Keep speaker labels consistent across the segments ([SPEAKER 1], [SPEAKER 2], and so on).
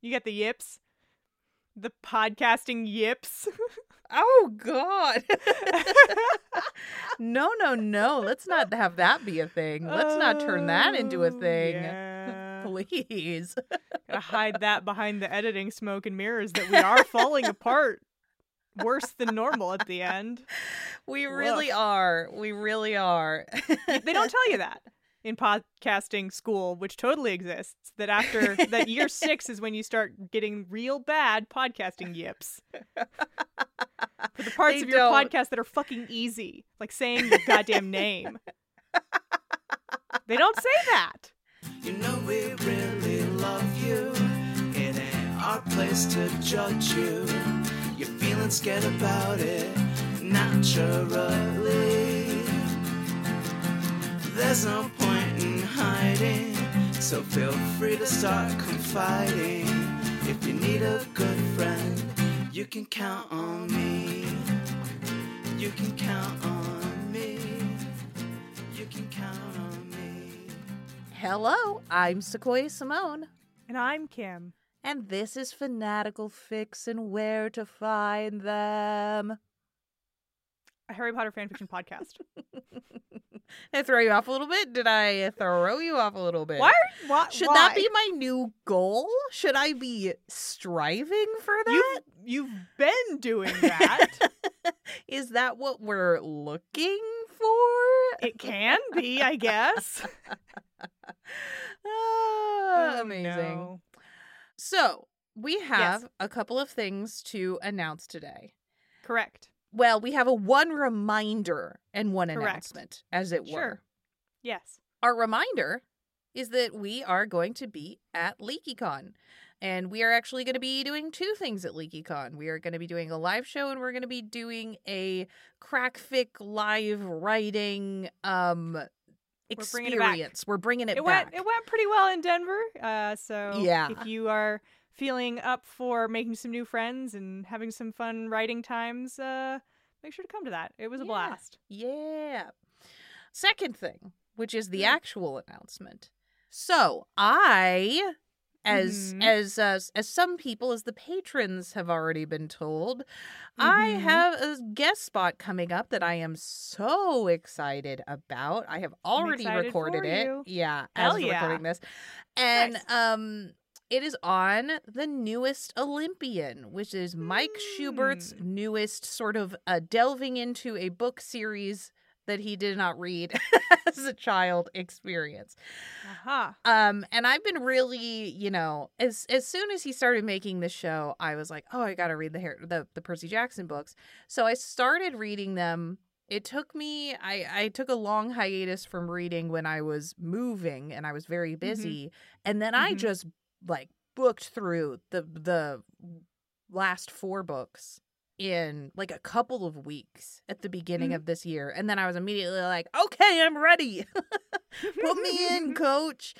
[SPEAKER 1] You got the yips. The podcasting yips.
[SPEAKER 2] Oh God. no, no, no. Let's not have that be a thing. Let's not turn that into a
[SPEAKER 1] Oh,
[SPEAKER 2] thing.
[SPEAKER 1] yeah.
[SPEAKER 2] Please.
[SPEAKER 1] Gotta hide that behind the editing smoke and mirrors that we are falling apart worse than normal at the end.
[SPEAKER 2] We
[SPEAKER 1] Woof.
[SPEAKER 2] really are. We really are.
[SPEAKER 1] They don't tell you that in podcasting school, which totally exists, that after that year six is when you start getting real bad podcasting yips. For the parts
[SPEAKER 2] They
[SPEAKER 1] of your
[SPEAKER 2] don't.
[SPEAKER 1] podcast that are fucking easy, like saying your goddamn name. they don't say that.
[SPEAKER 3] You know we really love you. It ain't our place to judge you. You're feeling scared about it naturally. There's no point in hiding, so feel free to start confiding. If you need a good friend, you can count on me. You can count on me. You can count on me.
[SPEAKER 2] Hello, I'm Sequoia Simone.
[SPEAKER 1] And I'm Kim.
[SPEAKER 2] And this is Fanatical Fix and Where to Find Them.
[SPEAKER 1] a Harry Potter fanfiction podcast.
[SPEAKER 2] I throw you off a little bit? Did I throw you off a little bit?
[SPEAKER 1] Why? Are, why
[SPEAKER 2] Should that be
[SPEAKER 1] why?
[SPEAKER 2] my new goal? Should I be striving for that?
[SPEAKER 1] You've you've been doing that.
[SPEAKER 2] Is that what we're looking for?
[SPEAKER 1] it can be, I guess.
[SPEAKER 2] Ah,
[SPEAKER 1] Oh,
[SPEAKER 2] amazing.
[SPEAKER 1] no.
[SPEAKER 2] So, we have a couple of things to announce today.
[SPEAKER 1] Correct.
[SPEAKER 2] Well, we have a one reminder and one
[SPEAKER 1] Correct.
[SPEAKER 2] announcement, as it were.
[SPEAKER 1] Sure. Yes.
[SPEAKER 2] Our reminder is that we are going to be at LeakyCon. And we are actually going to be doing two things at LeakyCon. We are going to be doing a live show and we're going to be doing a crackfic live writing um
[SPEAKER 1] bringing it back.
[SPEAKER 2] experience. We're bringing it,
[SPEAKER 1] It
[SPEAKER 2] back.
[SPEAKER 1] went it went pretty well in Denver. Uh, so
[SPEAKER 2] Yeah.
[SPEAKER 1] if you are feeling up for making some new friends and having some fun writing times, uh, make sure to come to that. It was a
[SPEAKER 2] Yeah.
[SPEAKER 1] blast.
[SPEAKER 2] Yeah. Second thing, which is the
[SPEAKER 1] Hmm.
[SPEAKER 2] actual announcement. So I, as
[SPEAKER 1] Mhm.
[SPEAKER 2] as uh, as some people, as the patrons have already been told, I
[SPEAKER 1] Mhm.
[SPEAKER 2] have a guest spot coming up that I am so excited about. I have already
[SPEAKER 1] excited
[SPEAKER 2] recorded
[SPEAKER 1] for
[SPEAKER 2] it.
[SPEAKER 1] you.
[SPEAKER 2] Yeah,
[SPEAKER 1] Hell
[SPEAKER 2] as we're
[SPEAKER 1] yeah.
[SPEAKER 2] recording this, and
[SPEAKER 1] Nice.
[SPEAKER 2] um. It is on the newest Olympian, which is Mike Schubert's
[SPEAKER 1] Mm.
[SPEAKER 2] newest sort of uh, delving into a book series that he did not read as a child experience.
[SPEAKER 1] Uh-huh.
[SPEAKER 2] Um, and I've been really, you know, as as soon as he started making the show, I was like, oh, I got to read the, Har- the the Percy Jackson books. So I started reading them. It took me, I I took a long hiatus from reading when I was moving and I was very busy, and then I
[SPEAKER 1] Mhm.
[SPEAKER 2] just like booked through the the last four books in like a couple of weeks at the beginning
[SPEAKER 1] Mhm.
[SPEAKER 2] of this year and then i was immediately like okay i'm ready put me in coach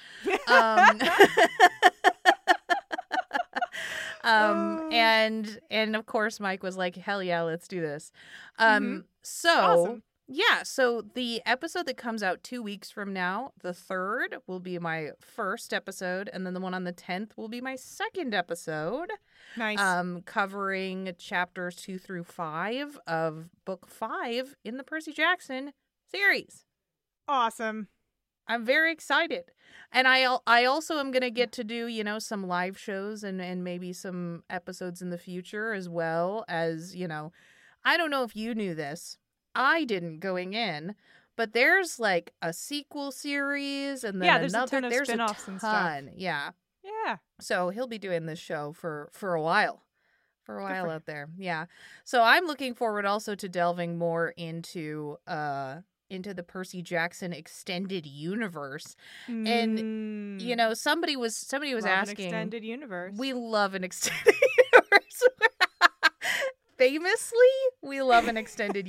[SPEAKER 2] um, um
[SPEAKER 1] Oh.
[SPEAKER 2] and and of course mike was like hell yeah let's do this um
[SPEAKER 1] Mhm.
[SPEAKER 2] so
[SPEAKER 1] Awesome.
[SPEAKER 2] yeah so the episode that comes out two weeks from now the third will be my first episode and then the one on the 10th will be my second episode
[SPEAKER 1] nice.
[SPEAKER 2] um covering chapters two through five of book five in the percy jackson series
[SPEAKER 1] awesome.
[SPEAKER 2] I'm very excited. And I al- I also am going
[SPEAKER 1] Mm.
[SPEAKER 2] to get to do, you know, some live shows and and maybe some episodes in the future as well as, you know, I don't know if you knew this. I didn't going in, but there's like a sequel series and then
[SPEAKER 1] Yeah, there's a
[SPEAKER 2] another
[SPEAKER 1] ton of
[SPEAKER 2] there's
[SPEAKER 1] spin-offs
[SPEAKER 2] a
[SPEAKER 1] and stuff.
[SPEAKER 2] ton, Yeah.
[SPEAKER 1] Yeah.
[SPEAKER 2] So he'll be doing this show for for a while. For a
[SPEAKER 1] Good for
[SPEAKER 2] while
[SPEAKER 1] him.
[SPEAKER 2] out there. Yeah. So I'm looking forward also to delving more into uh into the Percy Jackson extended universe. And, You
[SPEAKER 1] Mm.
[SPEAKER 2] know, somebody was somebody was
[SPEAKER 1] Love an
[SPEAKER 2] asking
[SPEAKER 1] extended universe.
[SPEAKER 2] We love an extended universe. Famously, we love an extended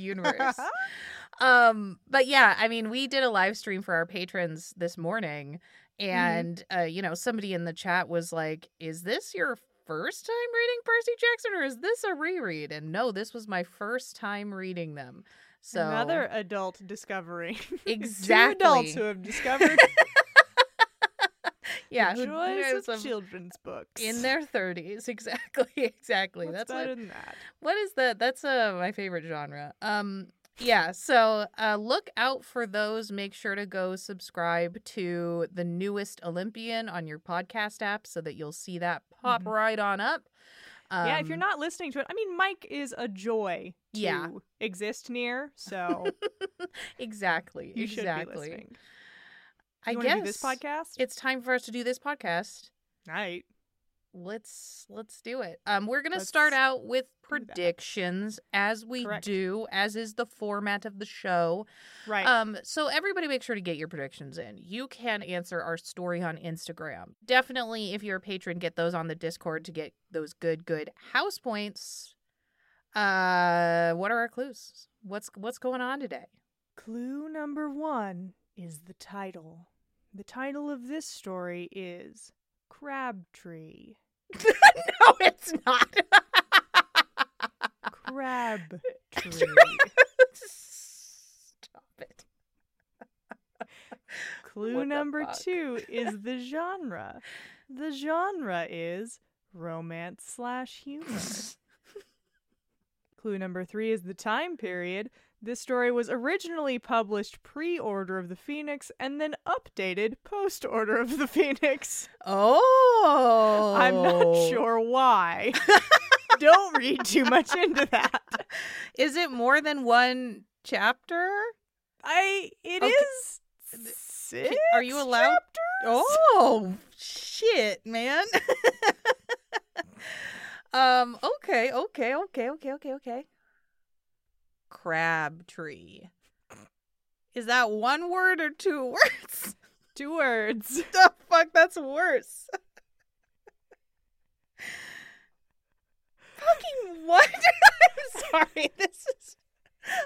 [SPEAKER 2] universe. um but yeah i mean we did a live stream for our patrons this morning
[SPEAKER 1] Mm-hmm.
[SPEAKER 2] and uh you know somebody in the chat was like is this your first time reading percy jackson or is this a reread and no this was my first time reading them so
[SPEAKER 1] Another adult discovery. Two
[SPEAKER 2] exactly
[SPEAKER 1] adults who have discovered
[SPEAKER 2] yeah,
[SPEAKER 1] the
[SPEAKER 2] who
[SPEAKER 1] joys
[SPEAKER 2] knows
[SPEAKER 1] of
[SPEAKER 2] of-
[SPEAKER 1] children's books.
[SPEAKER 2] in their 30s exactly exactly
[SPEAKER 1] What's
[SPEAKER 2] that's
[SPEAKER 1] better
[SPEAKER 2] what
[SPEAKER 1] than that?
[SPEAKER 2] what is that that's uh my favorite genre um yeah so uh look out for those make sure to go subscribe to the newest olympian on your podcast app so that you'll see that pop
[SPEAKER 1] Mhm.
[SPEAKER 2] right on up
[SPEAKER 1] yeah, if you're
[SPEAKER 2] Um,
[SPEAKER 1] not listening to it, I mean, Mike is a joy to
[SPEAKER 2] Yeah.
[SPEAKER 1] exist near, so
[SPEAKER 2] exactly
[SPEAKER 1] you should
[SPEAKER 2] exactly
[SPEAKER 1] be listening.
[SPEAKER 2] i
[SPEAKER 1] you wanna
[SPEAKER 2] guess
[SPEAKER 1] do this podcast.
[SPEAKER 2] it's time for us to do this podcast
[SPEAKER 1] night.
[SPEAKER 2] let's let's do it um we're gonna
[SPEAKER 1] Let's
[SPEAKER 2] start out with
[SPEAKER 1] do that.
[SPEAKER 2] predictions as we
[SPEAKER 1] Correct.
[SPEAKER 2] do as is the format of the show
[SPEAKER 1] Right.
[SPEAKER 2] Um, so everybody make sure to get your predictions in. You can answer our story on Instagram. Definitely, if you're a patron, get those on the Discord to get those good, good house points. Uh, what are our clues? What's what's going on today?
[SPEAKER 1] Clue number one is the title. The title of this story is Crabtree.
[SPEAKER 2] no, it's not.
[SPEAKER 1] Crabtree.
[SPEAKER 2] Stop it.
[SPEAKER 1] Clue
[SPEAKER 2] What the
[SPEAKER 1] number
[SPEAKER 2] fuck?
[SPEAKER 1] two is the genre. The genre is romance slash humor. Clue number three is the time period. This story was originally published pre Order of the Phoenix and then updated post Order of the Phoenix.
[SPEAKER 2] Oh,
[SPEAKER 1] I'm not sure why. Don't read too much into that.
[SPEAKER 2] Is it more than one chapter?
[SPEAKER 1] I it
[SPEAKER 2] Okay.
[SPEAKER 1] is
[SPEAKER 2] Can-
[SPEAKER 1] six.
[SPEAKER 2] Are you allowed? Oh shit, man. um. Okay. Okay. Okay. Okay. Okay. Okay. Crabtree. Is that one word or two words?
[SPEAKER 1] Two words.
[SPEAKER 2] the fuck? That's worse. Fucking what? I'm sorry. This is.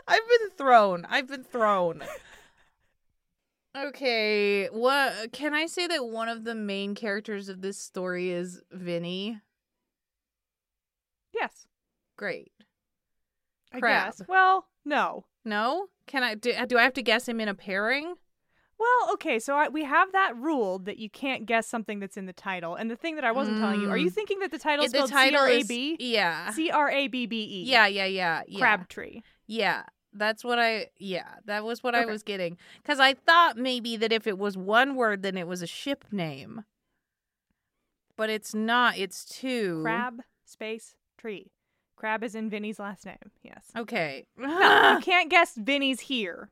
[SPEAKER 2] I've been thrown. I've been thrown. Okay, what can I say that one of the main characters of this story is Vinny?
[SPEAKER 1] Yes.
[SPEAKER 2] Great.
[SPEAKER 1] I
[SPEAKER 2] Crab.
[SPEAKER 1] guess. Well, no.
[SPEAKER 2] No? Can I do, do I have to guess him in a pairing?
[SPEAKER 1] Well, okay, so I, we have that rule that you can't guess something that's in the title. And the thing that I wasn't telling you, are you
[SPEAKER 2] Mm.
[SPEAKER 1] thinking that the title
[SPEAKER 2] If the
[SPEAKER 1] spelled
[SPEAKER 2] title is
[SPEAKER 1] C-R-A-B?
[SPEAKER 2] Yeah.
[SPEAKER 1] C-R-A-B-B-E.
[SPEAKER 2] Yeah, yeah, yeah. yeah.
[SPEAKER 1] Crabtree.
[SPEAKER 2] Yeah. That's what I yeah, that was what
[SPEAKER 1] Okay.
[SPEAKER 2] I was getting. Cuz I thought maybe that if it was one word then it was a ship name. But it's not. It's two.
[SPEAKER 1] Crab space tree. Crab is in Vinny's last name. Yes.
[SPEAKER 2] Okay.
[SPEAKER 1] No, you can't guess Vinny's here.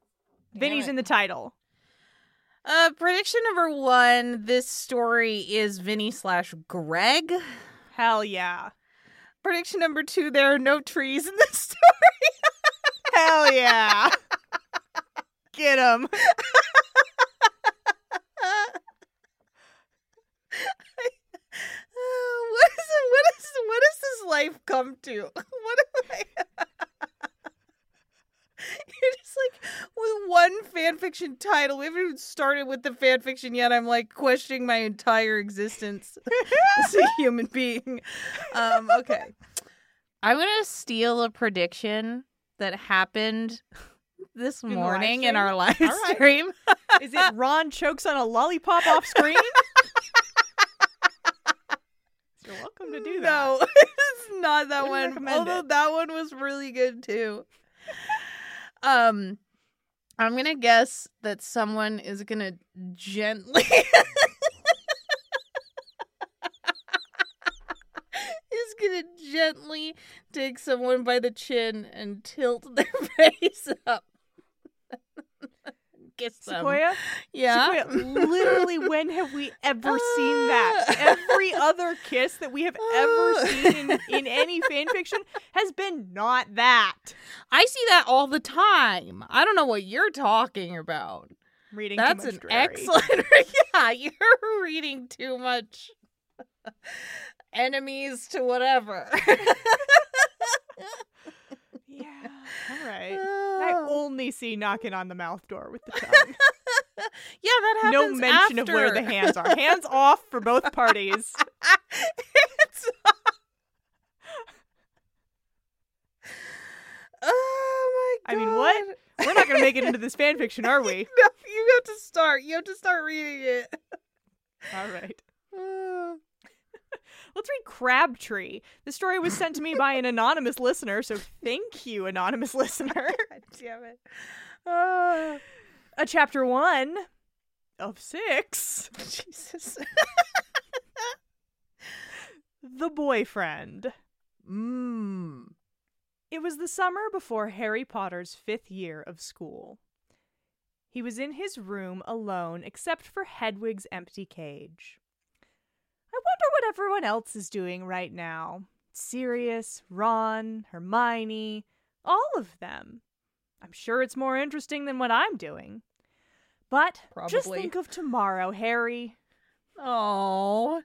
[SPEAKER 1] Vinny's
[SPEAKER 2] Ah. it.
[SPEAKER 1] in the title.
[SPEAKER 2] Uh, prediction number one: This story is Vinny slash Greg.
[SPEAKER 1] Hell yeah.
[SPEAKER 2] Prediction number two: There are no trees in this story.
[SPEAKER 1] Hell yeah. Get him.
[SPEAKER 2] what is what is what does this life come to? What am I? You're just like with one fan fiction title. We haven't even started with the fan fiction yet. I'm like questioning my entire existence as a human being. Um, okay. I'm gonna steal a prediction that happened this
[SPEAKER 1] the live
[SPEAKER 2] morning in
[SPEAKER 1] stream?
[SPEAKER 2] our live
[SPEAKER 1] All right.
[SPEAKER 2] stream.
[SPEAKER 1] Is it Ron chokes on a lollipop off screen? You're welcome to do that.
[SPEAKER 2] No, Um, it's not that
[SPEAKER 1] Wouldn't
[SPEAKER 2] one.
[SPEAKER 1] recommend
[SPEAKER 2] Although
[SPEAKER 1] it.
[SPEAKER 2] that one was really good too. um, I'm gonna guess that someone is gonna gently. Is gonna gently take someone by the chin and tilt their face up. Kiss them.
[SPEAKER 1] Sequoia?
[SPEAKER 2] yeah.
[SPEAKER 1] Sequoia, literally, when have we ever seen that? Every other kiss that we have ever seen in, in any fan fiction has been not that.
[SPEAKER 2] I see that all the time. I don't know what you're talking about.
[SPEAKER 1] I'm Reading too
[SPEAKER 2] That's
[SPEAKER 1] much
[SPEAKER 2] an
[SPEAKER 1] Drury.
[SPEAKER 2] excellent. yeah, you're reading too much. Enemies to whatever.
[SPEAKER 1] Yeah. All right. I
[SPEAKER 2] Oh.
[SPEAKER 1] only see knocking on the mouth door with the tongue.
[SPEAKER 2] yeah, that happens.
[SPEAKER 1] No mention of where the
[SPEAKER 2] after.
[SPEAKER 1] hands are. Hands off for both parties.
[SPEAKER 2] It's- oh my
[SPEAKER 1] I
[SPEAKER 2] god!
[SPEAKER 1] mean, what? We're not going to make it into this fan fiction, are we?
[SPEAKER 2] No, you have to start. You have to start reading it.
[SPEAKER 1] All right.
[SPEAKER 2] Uh,
[SPEAKER 1] Let's read Crabtree. The story was sent to me by an anonymous listener, so thank you, anonymous listener.
[SPEAKER 2] God damn it. Oh,
[SPEAKER 1] A chapter one of six
[SPEAKER 2] Jesus.
[SPEAKER 1] The Boyfriend.
[SPEAKER 2] Mmm.
[SPEAKER 1] It was the summer before Harry Potter's fifth year of school. He was in his room alone, except for Hedwig's empty cage. I wonder what everyone else is doing right now. Sirius, Ron, Hermione, all of them. I'm sure it's more interesting than what I'm doing. But just
[SPEAKER 2] Probably.
[SPEAKER 1] think of tomorrow, Harry.
[SPEAKER 2] Oh,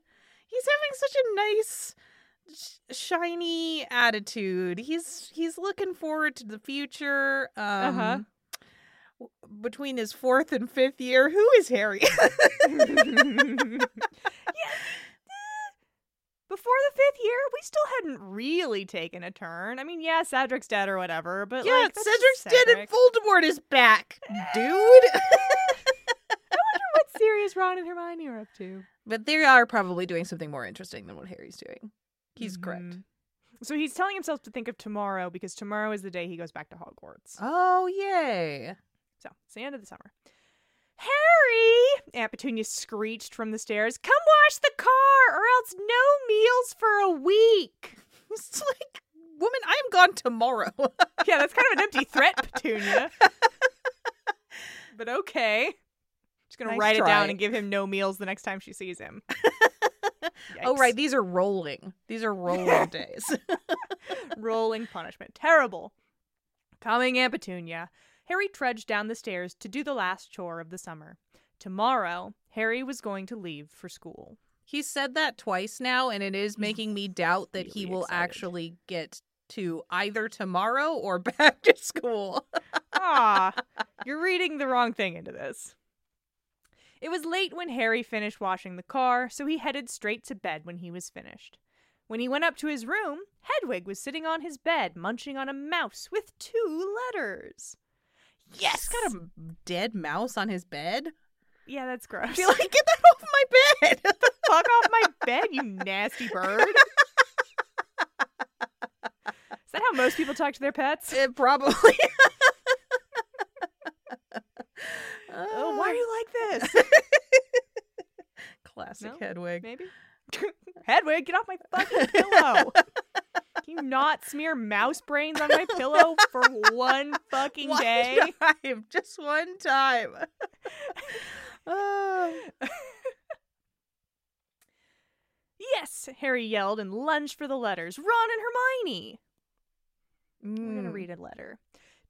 [SPEAKER 2] he's having such a nice, sh- shiny attitude. He's he's looking forward to the future. Um,
[SPEAKER 1] Uh-huh.
[SPEAKER 2] w- Between his fourth and fifth year, who is Harry?
[SPEAKER 1] yeah. Before the fifth year, we still hadn't really taken a turn. I mean, yeah, Cedric's dead or whatever, but
[SPEAKER 2] yeah,
[SPEAKER 1] like, that's
[SPEAKER 2] Cedric's
[SPEAKER 1] just
[SPEAKER 2] dead and
[SPEAKER 1] Cedric.
[SPEAKER 2] Voldemort is back, dude.
[SPEAKER 1] What serious Ron and Hermione are up to?
[SPEAKER 2] but they are probably doing something more interesting than what Harry's doing. He's correct.
[SPEAKER 1] Mhm. So he's telling himself to think of tomorrow because tomorrow is the day he goes back to Hogwarts.
[SPEAKER 2] Oh yay!
[SPEAKER 1] So it's the end of the summer. Harry! Aunt Petunia screeched from the stairs. Come wash the car, or else no meals for a week.
[SPEAKER 2] It's like, woman, I am gone tomorrow.
[SPEAKER 1] yeah, that's kind of an empty threat, Petunia. but okay. Just gonna
[SPEAKER 2] Nice
[SPEAKER 1] write it
[SPEAKER 2] try.
[SPEAKER 1] down and give him no meals the next time she sees him.
[SPEAKER 2] Oh,
[SPEAKER 1] Yikes.
[SPEAKER 2] right. These are rolling. These are rolling days.
[SPEAKER 1] Rolling punishment. Terrible. Coming Aunt Petunia. Harry trudged down the stairs to do the last chore of the summer. Tomorrow, Harry was going to leave for school.
[SPEAKER 2] he said that twice now, and it is making me doubt that he
[SPEAKER 1] really
[SPEAKER 2] will
[SPEAKER 1] excited.
[SPEAKER 2] actually get to either tomorrow or back to school.
[SPEAKER 1] Ah, you're reading the wrong thing into this. It was late when Harry finished washing the car, so he headed straight to bed when he was finished. When he went up to his room, Hedwig was sitting on his bed, munching on a mouse with two letters.
[SPEAKER 2] Yes, got a m- dead mouse on his bed.
[SPEAKER 1] Yeah, that's
[SPEAKER 2] I
[SPEAKER 1] gross.
[SPEAKER 2] feel like get that off my bed.
[SPEAKER 1] Fuck off my bed, you nasty bird. Is that how most people talk to their pets?
[SPEAKER 2] it probably.
[SPEAKER 1] Oh, why are you like this?
[SPEAKER 2] Classic
[SPEAKER 1] No?
[SPEAKER 2] Hedwig.
[SPEAKER 1] Maybe. Hedwig, get off my fucking pillow. Can you not smear mouse brains on my pillow for one fucking
[SPEAKER 2] One
[SPEAKER 1] day?
[SPEAKER 2] time, just one time. Oh.
[SPEAKER 1] Yes, Harry yelled and lunged for the letters. Ron and Hermione. I'm going to
[SPEAKER 2] Mm.
[SPEAKER 1] read a letter.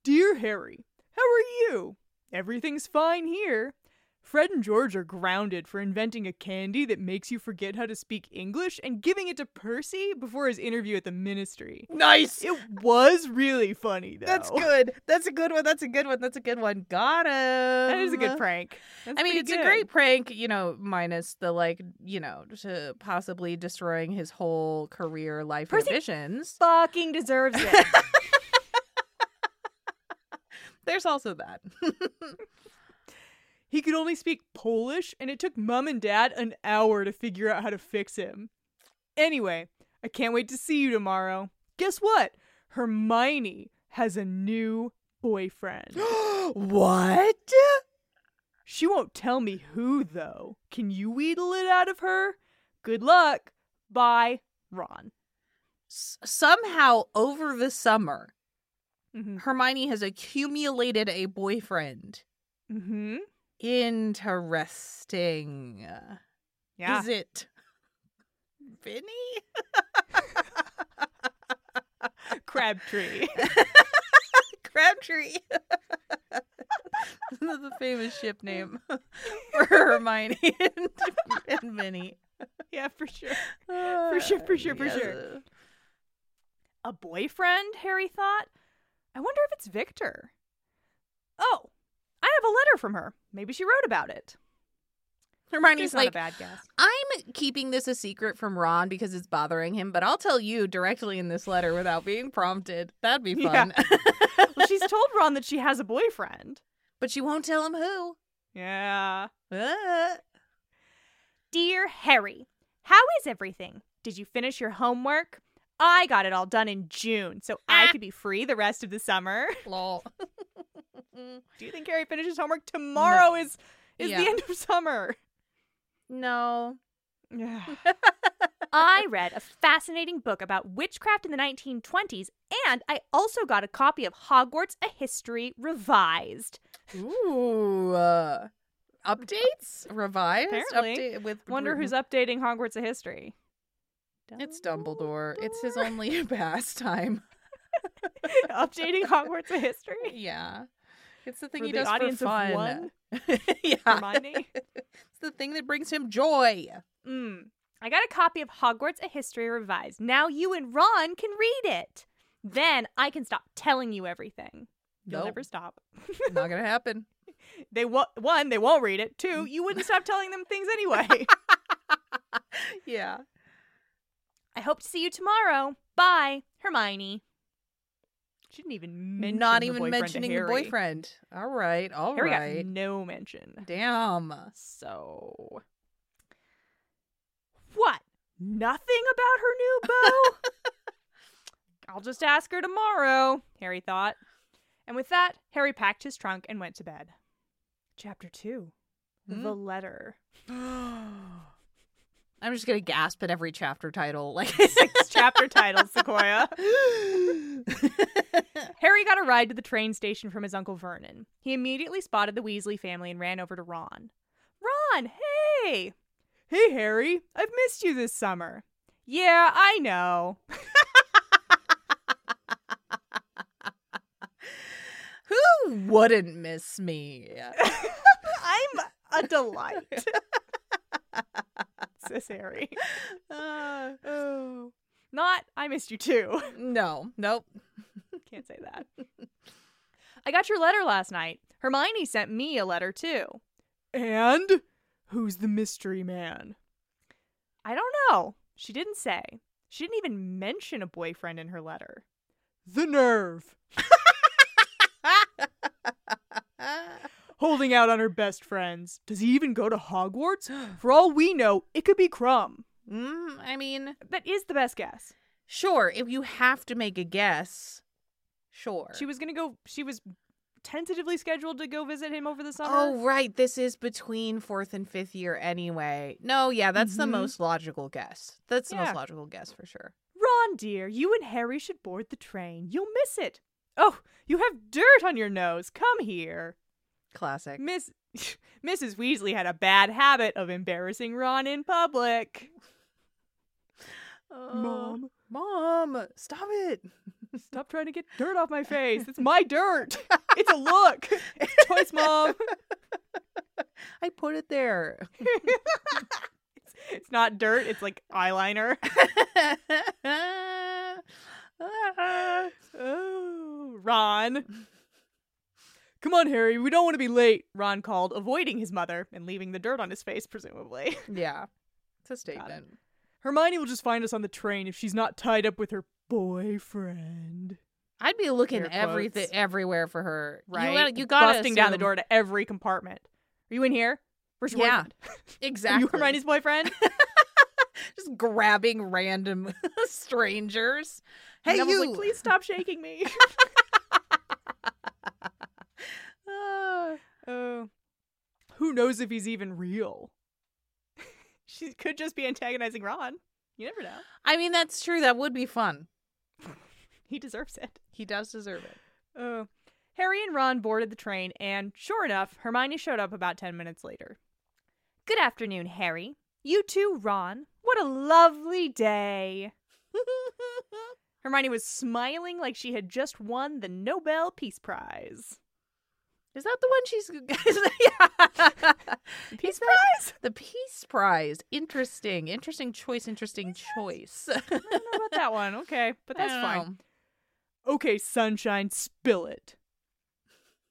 [SPEAKER 1] Dear Harry, how are you? Everything's fine here. Fred and George are grounded for inventing a candy that makes you forget how to speak English and giving it to Percy before his interview at the ministry.
[SPEAKER 2] Mm. Nice.
[SPEAKER 1] It was really funny, though.
[SPEAKER 2] That's good. That's a good one. That's a good one. That's a good one. Got him.
[SPEAKER 1] That is a good prank. That's
[SPEAKER 2] Um, I mean,
[SPEAKER 1] pretty
[SPEAKER 2] it's a
[SPEAKER 1] good.
[SPEAKER 2] great prank, you know, minus the like, you know, to possibly destroying his whole career life
[SPEAKER 1] Percy-
[SPEAKER 2] ambitions.
[SPEAKER 1] Fucking deserves it.
[SPEAKER 2] There's also that.
[SPEAKER 1] he could only speak Polish, and it took mom and dad an hour to figure out how to fix him. Anyway, I can't wait to see you tomorrow. Guess what? Hermione has a new boyfriend.
[SPEAKER 2] what?
[SPEAKER 1] she won't tell me who, though. Can you wheedle it out of her? Good luck. Bye, Ron.
[SPEAKER 2] S- somehow over the summer,
[SPEAKER 1] Mm
[SPEAKER 2] Hermione has accumulated a boyfriend.
[SPEAKER 1] hmm. Mm hmm.
[SPEAKER 2] Interesting.
[SPEAKER 1] Yeah.
[SPEAKER 2] Is it Vinny?
[SPEAKER 1] Crabtree.
[SPEAKER 2] Crabtree. the famous ship name for Hermione and, and Minnie.
[SPEAKER 1] yeah, for sure. For sure, for sure, for sure. A boyfriend, Harry thought. I wonder if it's Victor. Oh, I have a letter from her. Maybe she wrote about it.
[SPEAKER 2] Hermione's
[SPEAKER 1] That's not a
[SPEAKER 2] like,
[SPEAKER 1] bad guess.
[SPEAKER 2] I'm keeping this a secret from Ron because it's bothering him, but I'll tell you directly in this letter without being prompted. That'd be
[SPEAKER 1] Yeah.
[SPEAKER 2] fun.
[SPEAKER 1] well, she's told Ron that she has a boyfriend.
[SPEAKER 2] but she won't tell him who.
[SPEAKER 1] Yeah.
[SPEAKER 2] Ah.
[SPEAKER 1] Dear Harry, how is everything? Did you finish your homework? I got it all done in June, so I
[SPEAKER 2] Ah.
[SPEAKER 1] could be free the rest of the summer.
[SPEAKER 2] Lol.
[SPEAKER 1] Do you think Harry finishes homework tomorrow? Is is
[SPEAKER 2] Yeah.
[SPEAKER 1] the end of summer?
[SPEAKER 2] no.
[SPEAKER 1] I read a fascinating book about witchcraft in the 1920s, and I also got a copy of Hogwarts: A History Revised.
[SPEAKER 2] Ooh. Uh, updates? Revised?
[SPEAKER 1] Apparently.
[SPEAKER 2] Update with
[SPEAKER 1] Wonder who's updating Hogwarts: A History.
[SPEAKER 2] It's Oh, Dumbledore. It's his only pastime.
[SPEAKER 1] updating Hogwarts: A History.
[SPEAKER 2] Yeah. It's the thing
[SPEAKER 1] For
[SPEAKER 2] he
[SPEAKER 1] the
[SPEAKER 2] does
[SPEAKER 1] audience
[SPEAKER 2] for
[SPEAKER 1] of
[SPEAKER 2] fun.
[SPEAKER 1] one?
[SPEAKER 2] yeah.
[SPEAKER 1] Hermione?
[SPEAKER 2] it's the thing that brings him joy.
[SPEAKER 1] Mm. I got a copy of Hogwarts: A History Revised. Now you and Ron can read it. Then I can stop telling you everything. You'll
[SPEAKER 2] Nope.
[SPEAKER 1] never stop.
[SPEAKER 2] Not gonna happen.
[SPEAKER 1] They won't. One, they won't read it. Two, you wouldn't stop telling them things anyway.
[SPEAKER 2] Yeah.
[SPEAKER 1] I hope to see you tomorrow. Bye, Hermione. Shouldn't even mention
[SPEAKER 2] Not
[SPEAKER 1] her
[SPEAKER 2] even
[SPEAKER 1] boyfriend to
[SPEAKER 2] mentioning the
[SPEAKER 1] Harry.
[SPEAKER 2] boyfriend. All right. all right.
[SPEAKER 1] Harry got no mention.
[SPEAKER 2] Damn.
[SPEAKER 1] So, what? Nothing about her new beau. I'll just ask her tomorrow. Harry thought, and with that, Harry packed his trunk and went to bed. Chapter two,
[SPEAKER 2] Hmm?
[SPEAKER 1] the letter.
[SPEAKER 2] I'm just gonna gasp at every chapter title. Like
[SPEAKER 1] Six chapter title, Sequoia. Harry got a ride to the train station from his Uncle Vernon. He immediately spotted the Weasley family and ran over to Ron. Ron, hey! Hey, Harry, I've missed you this summer. Yeah, I know.
[SPEAKER 2] Who wouldn't miss me?
[SPEAKER 1] I'm a delight. Says Harry.
[SPEAKER 2] Uh, oh.
[SPEAKER 1] Not, I missed you too.
[SPEAKER 2] No, nope.
[SPEAKER 1] Can't say that. I got your letter last night. Hermione sent me a letter too. And who's the mystery man? I don't know. She didn't say. She didn't even mention a boyfriend in her letter. The nerve. Holding out on her best friends. Does he even go to Hogwarts? For all we know, it could be Crumb.
[SPEAKER 2] Mm, I mean,
[SPEAKER 1] That is the best guess.
[SPEAKER 2] sure. If you have to make a guess, sure.
[SPEAKER 1] She was going to go, she was tentatively scheduled to go visit him over the summer.
[SPEAKER 2] Oh right, this is between fourth and fifth year anyway. No, yeah, that's the
[SPEAKER 1] Mhm.
[SPEAKER 2] most logical guess. That's the
[SPEAKER 1] Yeah.
[SPEAKER 2] most logical guess for sure.
[SPEAKER 1] Ron, dear, you and Harry should board the train. You'll miss it. Oh, you have dirt on your nose. Come here.
[SPEAKER 2] Classic.
[SPEAKER 1] Miss Mrs. Weasley had a bad habit of embarrassing Ron in public.
[SPEAKER 2] Uh, mom, stop it.
[SPEAKER 1] stop trying to get dirt off my face. It's my dirt. It's a look. It's twice, Mom.
[SPEAKER 2] I put it there.
[SPEAKER 1] It's not dirt, it's like eyeliner. Oh, Ron. Come on, Harry. We don't want to be late, Ron called, avoiding his mother and leaving the dirt on his face, presumably.
[SPEAKER 2] yeah, it's a statement.
[SPEAKER 1] Hermione will just find us on the train if she's not tied up with her boyfriend.
[SPEAKER 2] I'd be looking
[SPEAKER 1] Air
[SPEAKER 2] everything
[SPEAKER 1] quotes.
[SPEAKER 2] everywhere for her.
[SPEAKER 1] Right?
[SPEAKER 2] You gotta, you gotta
[SPEAKER 1] busting down the
[SPEAKER 2] assume-
[SPEAKER 1] door to every compartment. Are you in here? Where's your
[SPEAKER 2] Yeah,
[SPEAKER 1] boyfriend? Are
[SPEAKER 2] Exactly.
[SPEAKER 1] you Hermione's boyfriend?
[SPEAKER 2] just grabbing random strangers. Hey,
[SPEAKER 1] and I was
[SPEAKER 2] you.
[SPEAKER 1] like, please stop shaking me.
[SPEAKER 2] Ah.
[SPEAKER 1] Oh, who knows if he's even real? she could just be antagonizing Ron. You never know.
[SPEAKER 2] I mean, that's true. That would be fun.
[SPEAKER 1] He deserves it.
[SPEAKER 2] He does deserve it.
[SPEAKER 1] Oh. Harry and Ron boarded the train, and sure enough, Hermione showed up about 10 minutes later. Good afternoon, Harry. You too, Ron. What a lovely day. Hermione was smiling like she had just won the Nobel Peace Prize.
[SPEAKER 2] Is that the one she's? yeah.
[SPEAKER 1] Peace
[SPEAKER 2] Is that-
[SPEAKER 1] Prize?
[SPEAKER 2] The Peace Prize. Interesting. Interesting choice. Interesting choice.
[SPEAKER 1] I don't know about that one. Okay, but that's fine. Okay, sunshine, spill it.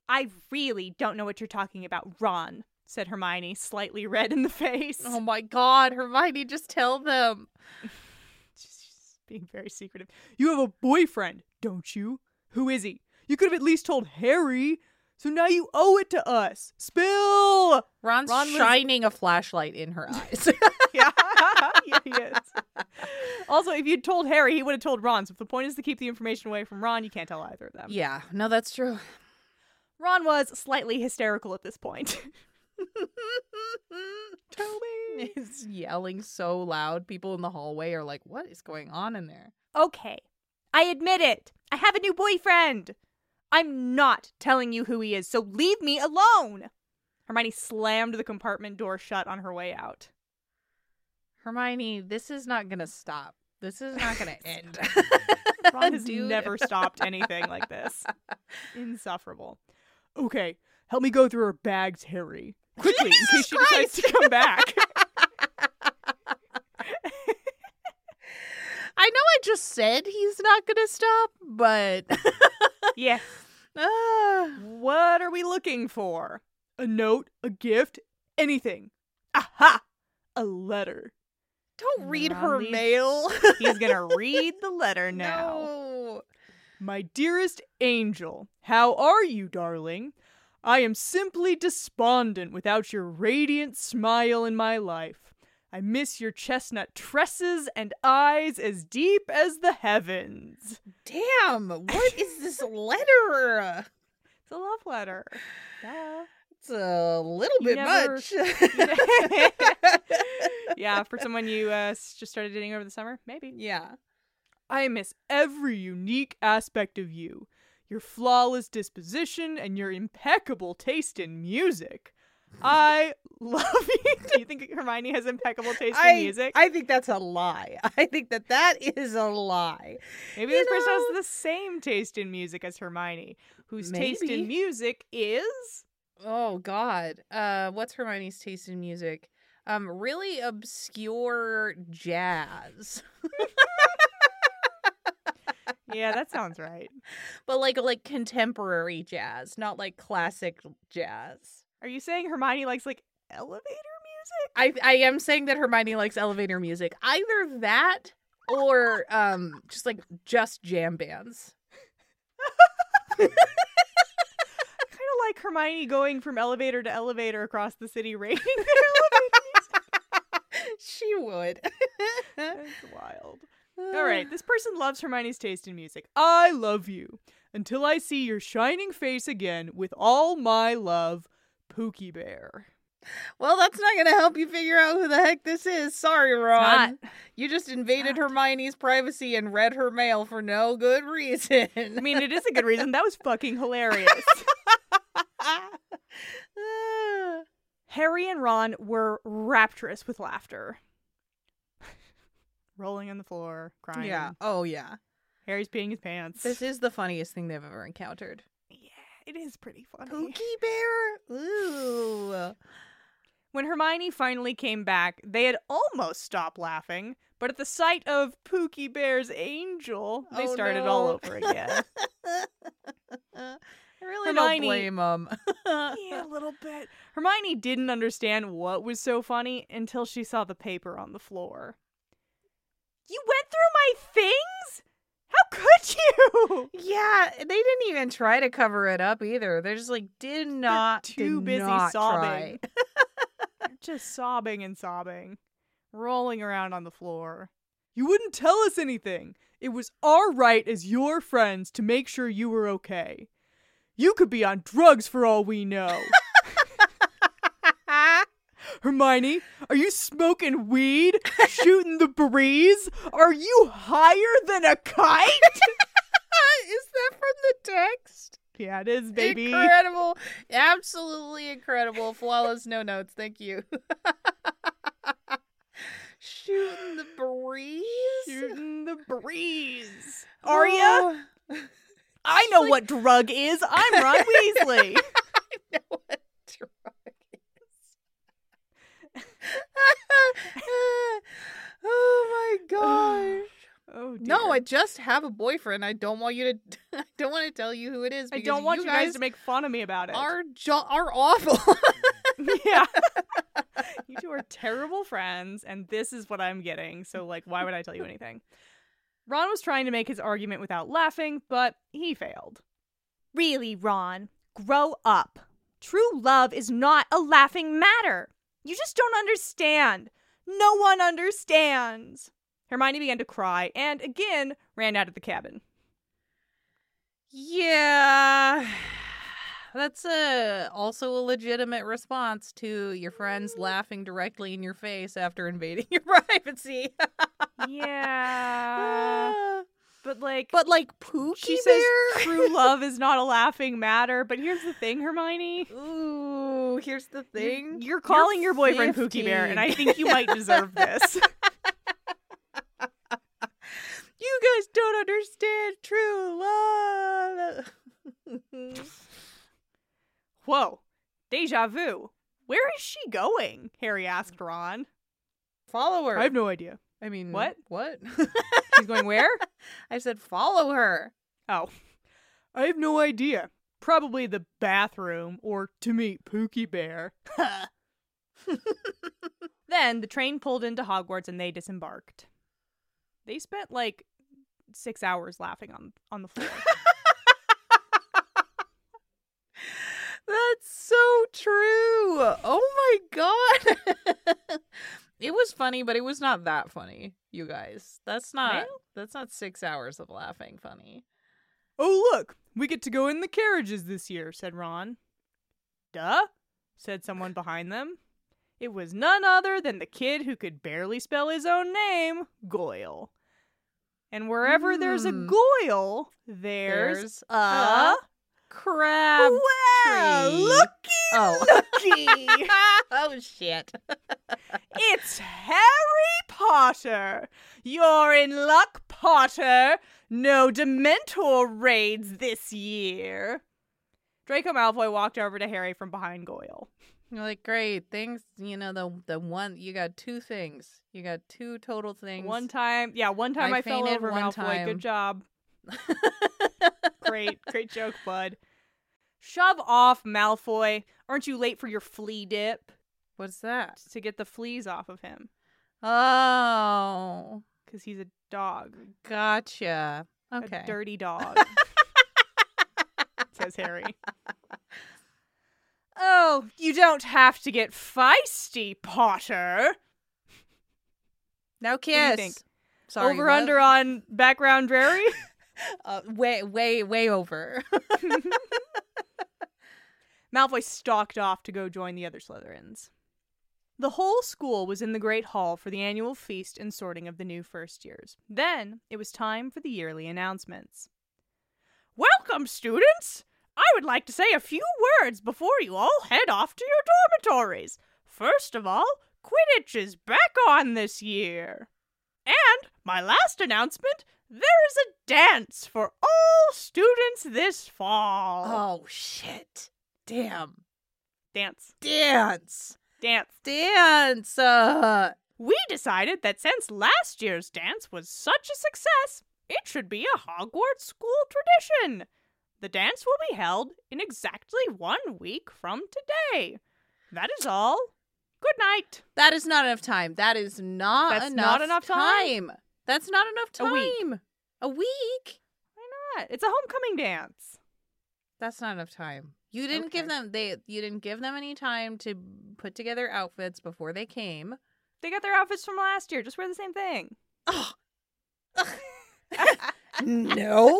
[SPEAKER 1] I really don't know what you're talking about, Ron, said Hermione, slightly red in the face.
[SPEAKER 2] Oh my God, Hermione, just tell them.
[SPEAKER 1] She's being very secretive. You have a boyfriend, don't you? Who is he? You could have at least told Harry. So now you owe it to us. Spill. Ron
[SPEAKER 2] Ron's
[SPEAKER 1] was-
[SPEAKER 2] shining a flashlight in her eyes.
[SPEAKER 1] yeah, yeah, he is. Also, if you'd told Harry, he would have told Ron. So if the point is to keep the information away from Ron, you can't tell either of them.
[SPEAKER 2] yeah, no, that's true.
[SPEAKER 1] Ron was slightly hysterical at this point. Toby.
[SPEAKER 2] He's yelling so loud. People in the hallway are like, what is going on in there?
[SPEAKER 1] Okay. I admit it. I have a new boyfriend. I'm not telling you who he is, so leave me alone. Hermione slammed the compartment door shut on her way out.
[SPEAKER 2] Hermione, this is not going to stop. This is not going to end.
[SPEAKER 1] Ron has
[SPEAKER 2] Dude.
[SPEAKER 1] never stopped anything like this. Insufferable. Okay, help me go through her bags, Harry. Quickly, in case she decides to come back.
[SPEAKER 2] I know I just said he's not going to stop, but.
[SPEAKER 1] yes.
[SPEAKER 2] Ah.
[SPEAKER 1] What are we looking for? A note, a gift, anything. Aha! A letter.
[SPEAKER 2] don't read
[SPEAKER 1] Ron
[SPEAKER 2] her
[SPEAKER 1] leaves-
[SPEAKER 2] mail.
[SPEAKER 1] He's gonna read the letter now.
[SPEAKER 2] No.
[SPEAKER 1] My dearest angel, how are you, darling? I am simply despondent without your radiant smile in my life. I miss your chestnut tresses and eyes as deep as the heavens.
[SPEAKER 2] Damn, what is this letter?
[SPEAKER 1] It's a love letter.
[SPEAKER 2] It's a little
[SPEAKER 1] You
[SPEAKER 2] bit
[SPEAKER 1] never-
[SPEAKER 2] much.
[SPEAKER 1] yeah, for someone you uh, s- just started dating over the summer, maybe.
[SPEAKER 2] yeah.
[SPEAKER 1] I miss every unique aspect of you your flawless disposition and your impeccable taste in music. I love you. Do you think Hermione has impeccable taste in music?
[SPEAKER 2] I think that's a lie. I think that that is a lie.
[SPEAKER 1] Maybe
[SPEAKER 2] you
[SPEAKER 1] this person
[SPEAKER 2] know-
[SPEAKER 1] has the same taste in music as Hermione, whose taste
[SPEAKER 2] Maybe.
[SPEAKER 1] in music is
[SPEAKER 2] Oh God. Uh, what's Hermione's taste in music? Um, really obscure jazz,
[SPEAKER 1] Yeah, that sounds right.
[SPEAKER 2] but like like contemporary jazz, not like classic jazz.
[SPEAKER 1] Are you saying Hermione likes like elevator music?
[SPEAKER 2] I I am saying that Hermione likes elevator music. Either that or um just like just jam bands.
[SPEAKER 1] I kind of like Hermione going from elevator to elevator across the city rating their
[SPEAKER 2] she would.
[SPEAKER 1] elevator. That's wild. All right, this person loves Hermione's taste in music. I love you. Until I see your shining face again with all my love, Pookie Bear.
[SPEAKER 2] Well, that's not going to help you figure out who the heck this is. Sorry, Ron. You just invaded
[SPEAKER 1] not.
[SPEAKER 2] Hermione's privacy and read her mail for no good reason.
[SPEAKER 1] I mean, it is a good reason. That was fucking hilarious. Harry and Ron were rapturous with laughter. Rolling on the floor, crying.
[SPEAKER 2] yeah. Oh, yeah.
[SPEAKER 1] Harry's peeing his pants.
[SPEAKER 2] This is the funniest thing they've ever encountered.
[SPEAKER 1] yeah, it is pretty funny.
[SPEAKER 2] Pookie Bear? Ooh.
[SPEAKER 1] When Hermione finally came back, they had almost stopped laughing, but at the sight of Pookie Bear's angel, they
[SPEAKER 2] Oh,
[SPEAKER 1] started all
[SPEAKER 2] no.
[SPEAKER 1] over again.
[SPEAKER 2] I really
[SPEAKER 1] Hermione-
[SPEAKER 2] don't blame them.
[SPEAKER 1] yeah, a little bit. Hermione didn't understand what was so funny until she saw the paper on the floor. You went through my things? How could you?
[SPEAKER 2] Yeah, they didn't even try to cover it up either. They just like did not
[SPEAKER 1] too
[SPEAKER 2] did
[SPEAKER 1] busy
[SPEAKER 2] not
[SPEAKER 1] sobbing.
[SPEAKER 2] try.
[SPEAKER 1] They're just sobbing and sobbing, rolling around on the floor. You wouldn't tell us anything. It was our right as your friends to make sure you were okay. You could be on drugs for all we know. Hermione, are you smoking weed? Shooting the breeze? Are you higher than a kite?
[SPEAKER 2] Is that from the text?
[SPEAKER 1] yeah, it is, baby.
[SPEAKER 2] Incredible. Absolutely incredible. Flawless no notes. Thank you. Shooting the breeze.
[SPEAKER 1] Shooting the breeze. Oh, Arya,
[SPEAKER 2] Aria,
[SPEAKER 1] I know what drug is. I'm Ron Weasley.
[SPEAKER 2] I know what drug is. oh my gosh.
[SPEAKER 1] oh, dear.
[SPEAKER 2] No, I just have a boyfriend. I don't want you to. I don't want to tell you who it is.
[SPEAKER 1] I
[SPEAKER 2] because
[SPEAKER 1] don't want you guys,
[SPEAKER 2] guys
[SPEAKER 1] to make fun of me about it.
[SPEAKER 2] are jo- are awful.
[SPEAKER 1] yeah. you two are terrible friends, and this is what I'm getting. So, like, why would I tell you anything? Ron was trying to make his argument without laughing, but he failed. Really, Ron? Grow up. True love is not a laughing matter. You just don't understand. No one understands. Hermione began to cry and again ran out of the cabin.
[SPEAKER 2] Yeah. That's a, also a legitimate response to your
[SPEAKER 1] Mm.
[SPEAKER 2] friends laughing directly in your face after invading your privacy.
[SPEAKER 1] Yeah. Uh, but like
[SPEAKER 2] but like Pookie
[SPEAKER 1] she says
[SPEAKER 2] Bear?
[SPEAKER 1] true love is not a laughing matter, but here's the thing, Hermione.
[SPEAKER 2] Ooh, here's the
[SPEAKER 1] You're-
[SPEAKER 2] thing.
[SPEAKER 1] You're, calling your boyfriend Pookie Bear, and I
[SPEAKER 2] 15.
[SPEAKER 1] think you might deserve this.
[SPEAKER 2] You guys don't understand true love.
[SPEAKER 1] Whoa. Deja vu. Where is she going? Harry asked Ron.
[SPEAKER 2] follow her.
[SPEAKER 1] I have no idea.
[SPEAKER 2] I mean,
[SPEAKER 1] What?
[SPEAKER 2] What?
[SPEAKER 1] She's going where?
[SPEAKER 2] I said follow her.
[SPEAKER 1] Oh. I have no idea. Probably the bathroom or to meet Pookie Bear. then the train pulled into Hogwarts and they disembarked. They spent like six hours laughing on on the floor.
[SPEAKER 2] That's so true. Oh my god. it was funny, but it was not that funny, you guys. That's not that's not 6 hours of laughing funny.
[SPEAKER 1] oh look, we get to go in the carriages this year, said Ron. Duh, said someone behind them. It was none other than the kid who could barely spell his own name, Goyle. And wherever there's a
[SPEAKER 2] Mm.
[SPEAKER 1] Goyle, there's,
[SPEAKER 2] There's
[SPEAKER 1] a
[SPEAKER 2] a Crab.
[SPEAKER 1] well,
[SPEAKER 2] tree.
[SPEAKER 1] looky,
[SPEAKER 2] Oh.
[SPEAKER 1] looky.
[SPEAKER 2] oh shit.
[SPEAKER 1] It's Harry Potter. You're in luck, Potter. No Dementor raids this year. Draco Malfoy walked over to Harry from behind Goyle.
[SPEAKER 2] You're like, great, things, you know, the the one you got two things. You got two total things.
[SPEAKER 1] One time, yeah, one time I,
[SPEAKER 2] I
[SPEAKER 1] fell
[SPEAKER 2] fainted
[SPEAKER 1] over
[SPEAKER 2] one
[SPEAKER 1] Malfoy.
[SPEAKER 2] time.
[SPEAKER 1] Good job. Great, great joke, bud. Shove off, Malfoy. Aren't you late for your flea dip?
[SPEAKER 2] What's that?
[SPEAKER 1] To get the fleas off of him,
[SPEAKER 2] Oh,
[SPEAKER 1] because he's a dog.
[SPEAKER 2] gotcha. Okay.
[SPEAKER 1] A dirty dog. says Harry. Oh, you don't have to get feisty, Potter.
[SPEAKER 2] now
[SPEAKER 1] do you
[SPEAKER 2] kiss.
[SPEAKER 1] think?
[SPEAKER 2] Sorry.
[SPEAKER 1] over
[SPEAKER 2] what?
[SPEAKER 1] under on background dreary.
[SPEAKER 2] Uh, way, way, way over.
[SPEAKER 1] Malfoy stalked off to go join the other Slytherins. The whole school was in the Great Hall for the annual feast and sorting of the new first years. Then it was time for the yearly announcements. Welcome, students! I would like to say a few words before you all head off to your dormitories. First of all, Quidditch is back on this year. And my last announcement there is a dance for all students this fall.
[SPEAKER 2] oh shit! Damn.
[SPEAKER 1] Dance.
[SPEAKER 2] Dance.
[SPEAKER 1] Dance.
[SPEAKER 2] Dance. Uh,
[SPEAKER 1] We decided that since last year's dance was such a success, it should be a Hogwarts school tradition. The dance will be held in exactly one week from today. That is all. Good night.
[SPEAKER 2] that is not enough time. That is not
[SPEAKER 1] That's
[SPEAKER 2] enough.
[SPEAKER 1] not enough time.
[SPEAKER 2] time. That's not enough
[SPEAKER 1] A week.
[SPEAKER 2] time. A week.
[SPEAKER 1] Ah, It's a homecoming dance.
[SPEAKER 2] That's not enough time. You didn't give
[SPEAKER 1] Okay.
[SPEAKER 2] them they you didn't give them any time to put together outfits before they came.
[SPEAKER 1] They got their outfits from last year. Just wear the same thing.
[SPEAKER 2] Oh. no.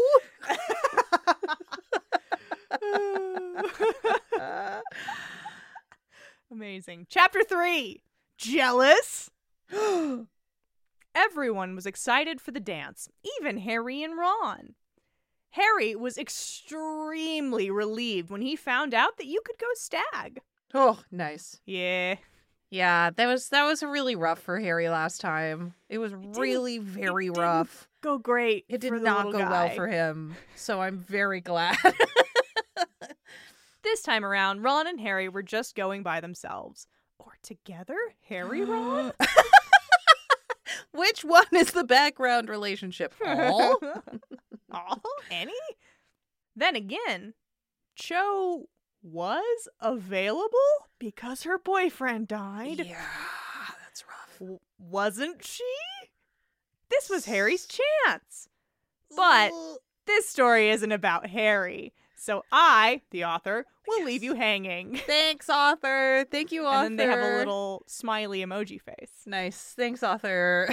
[SPEAKER 1] Amazing. Chapter 3 Jealous. Everyone was excited for the dance, even Harry and Ron. Harry was extremely relieved when he found out that you could go stag.
[SPEAKER 2] oh, nice.
[SPEAKER 1] Yeah.
[SPEAKER 2] Yeah, that was that was really rough for Harry last time. It was really very
[SPEAKER 1] didn't
[SPEAKER 2] rough.
[SPEAKER 1] Go great.
[SPEAKER 2] It
[SPEAKER 1] for
[SPEAKER 2] did
[SPEAKER 1] the
[SPEAKER 2] not go
[SPEAKER 1] little
[SPEAKER 2] well
[SPEAKER 1] guy.
[SPEAKER 2] for him. So I'm very glad.
[SPEAKER 1] This time around, Ron and Harry were just going by themselves. Or together? Harry, Ron?
[SPEAKER 2] Which one is the background relationship? All?
[SPEAKER 1] All? Any? Then again, Cho was available because her boyfriend died.
[SPEAKER 2] yeah, that's rough.
[SPEAKER 1] W- wasn't she? This was Harry's chance. But- This story isn't about Harry. So I, the author, will leave you hanging.
[SPEAKER 2] Thanks, author. Thank you, author.
[SPEAKER 1] And then they have a little smiley emoji face.
[SPEAKER 2] nice. Thanks, author.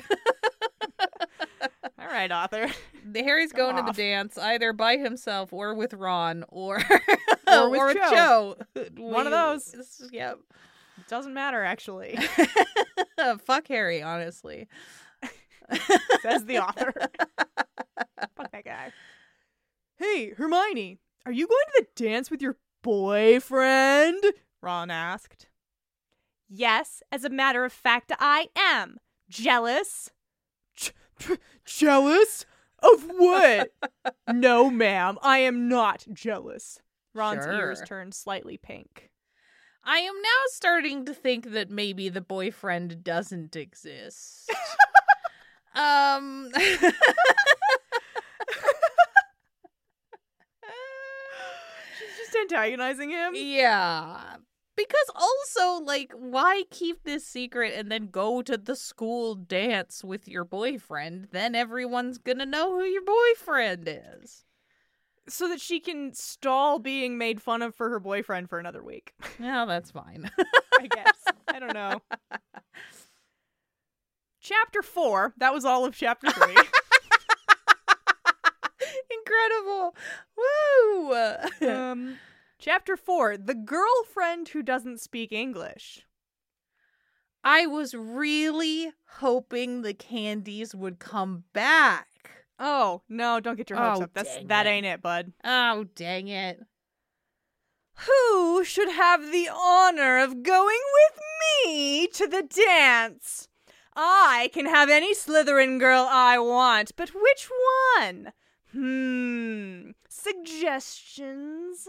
[SPEAKER 1] All right, author.
[SPEAKER 2] The Harry's
[SPEAKER 1] Go
[SPEAKER 2] going to
[SPEAKER 1] off.
[SPEAKER 2] the dance either by himself or with Ron or
[SPEAKER 1] Or with
[SPEAKER 2] Joe.
[SPEAKER 1] Joe. One of
[SPEAKER 2] We-
[SPEAKER 1] those.
[SPEAKER 2] this is- Yep.
[SPEAKER 1] It doesn't matter actually.
[SPEAKER 2] Fuck Harry, honestly.
[SPEAKER 1] Says the author. Fuck that guy. Hey, Hermione, are you going to the dance with your boyfriend? Ron asked. Yes, as a matter of fact, I am. Jealous? jealous? Of what? no, ma'am, I am not jealous. Ron's ears
[SPEAKER 2] Sure.
[SPEAKER 1] turned slightly pink.
[SPEAKER 2] I am now starting to think that maybe the boyfriend doesn't exist. um
[SPEAKER 1] She's just antagonizing him.
[SPEAKER 2] Yeah. Because also, like, why keep this secret and then go to the school dance with your boyfriend? Then everyone's gonna know who your boyfriend is.
[SPEAKER 1] so that she can stall being made fun of for her boyfriend for another week.
[SPEAKER 2] No, that's fine.
[SPEAKER 1] I guess. I don't know. Chapter four. That was all of chapter three.
[SPEAKER 2] Incredible. Woo!
[SPEAKER 1] um, chapter four. The girlfriend who doesn't speak English.
[SPEAKER 2] I was really hoping the candies would come back.
[SPEAKER 1] Oh no! Don't get your hopes
[SPEAKER 2] Oh,
[SPEAKER 1] up. That's
[SPEAKER 2] dang
[SPEAKER 1] that
[SPEAKER 2] it.
[SPEAKER 1] ain't it, bud.
[SPEAKER 2] Oh, dang it.
[SPEAKER 1] Who should have the honor of going with me to the dance? I can have any Slytherin girl I want, but which one? Hmm. Suggestions?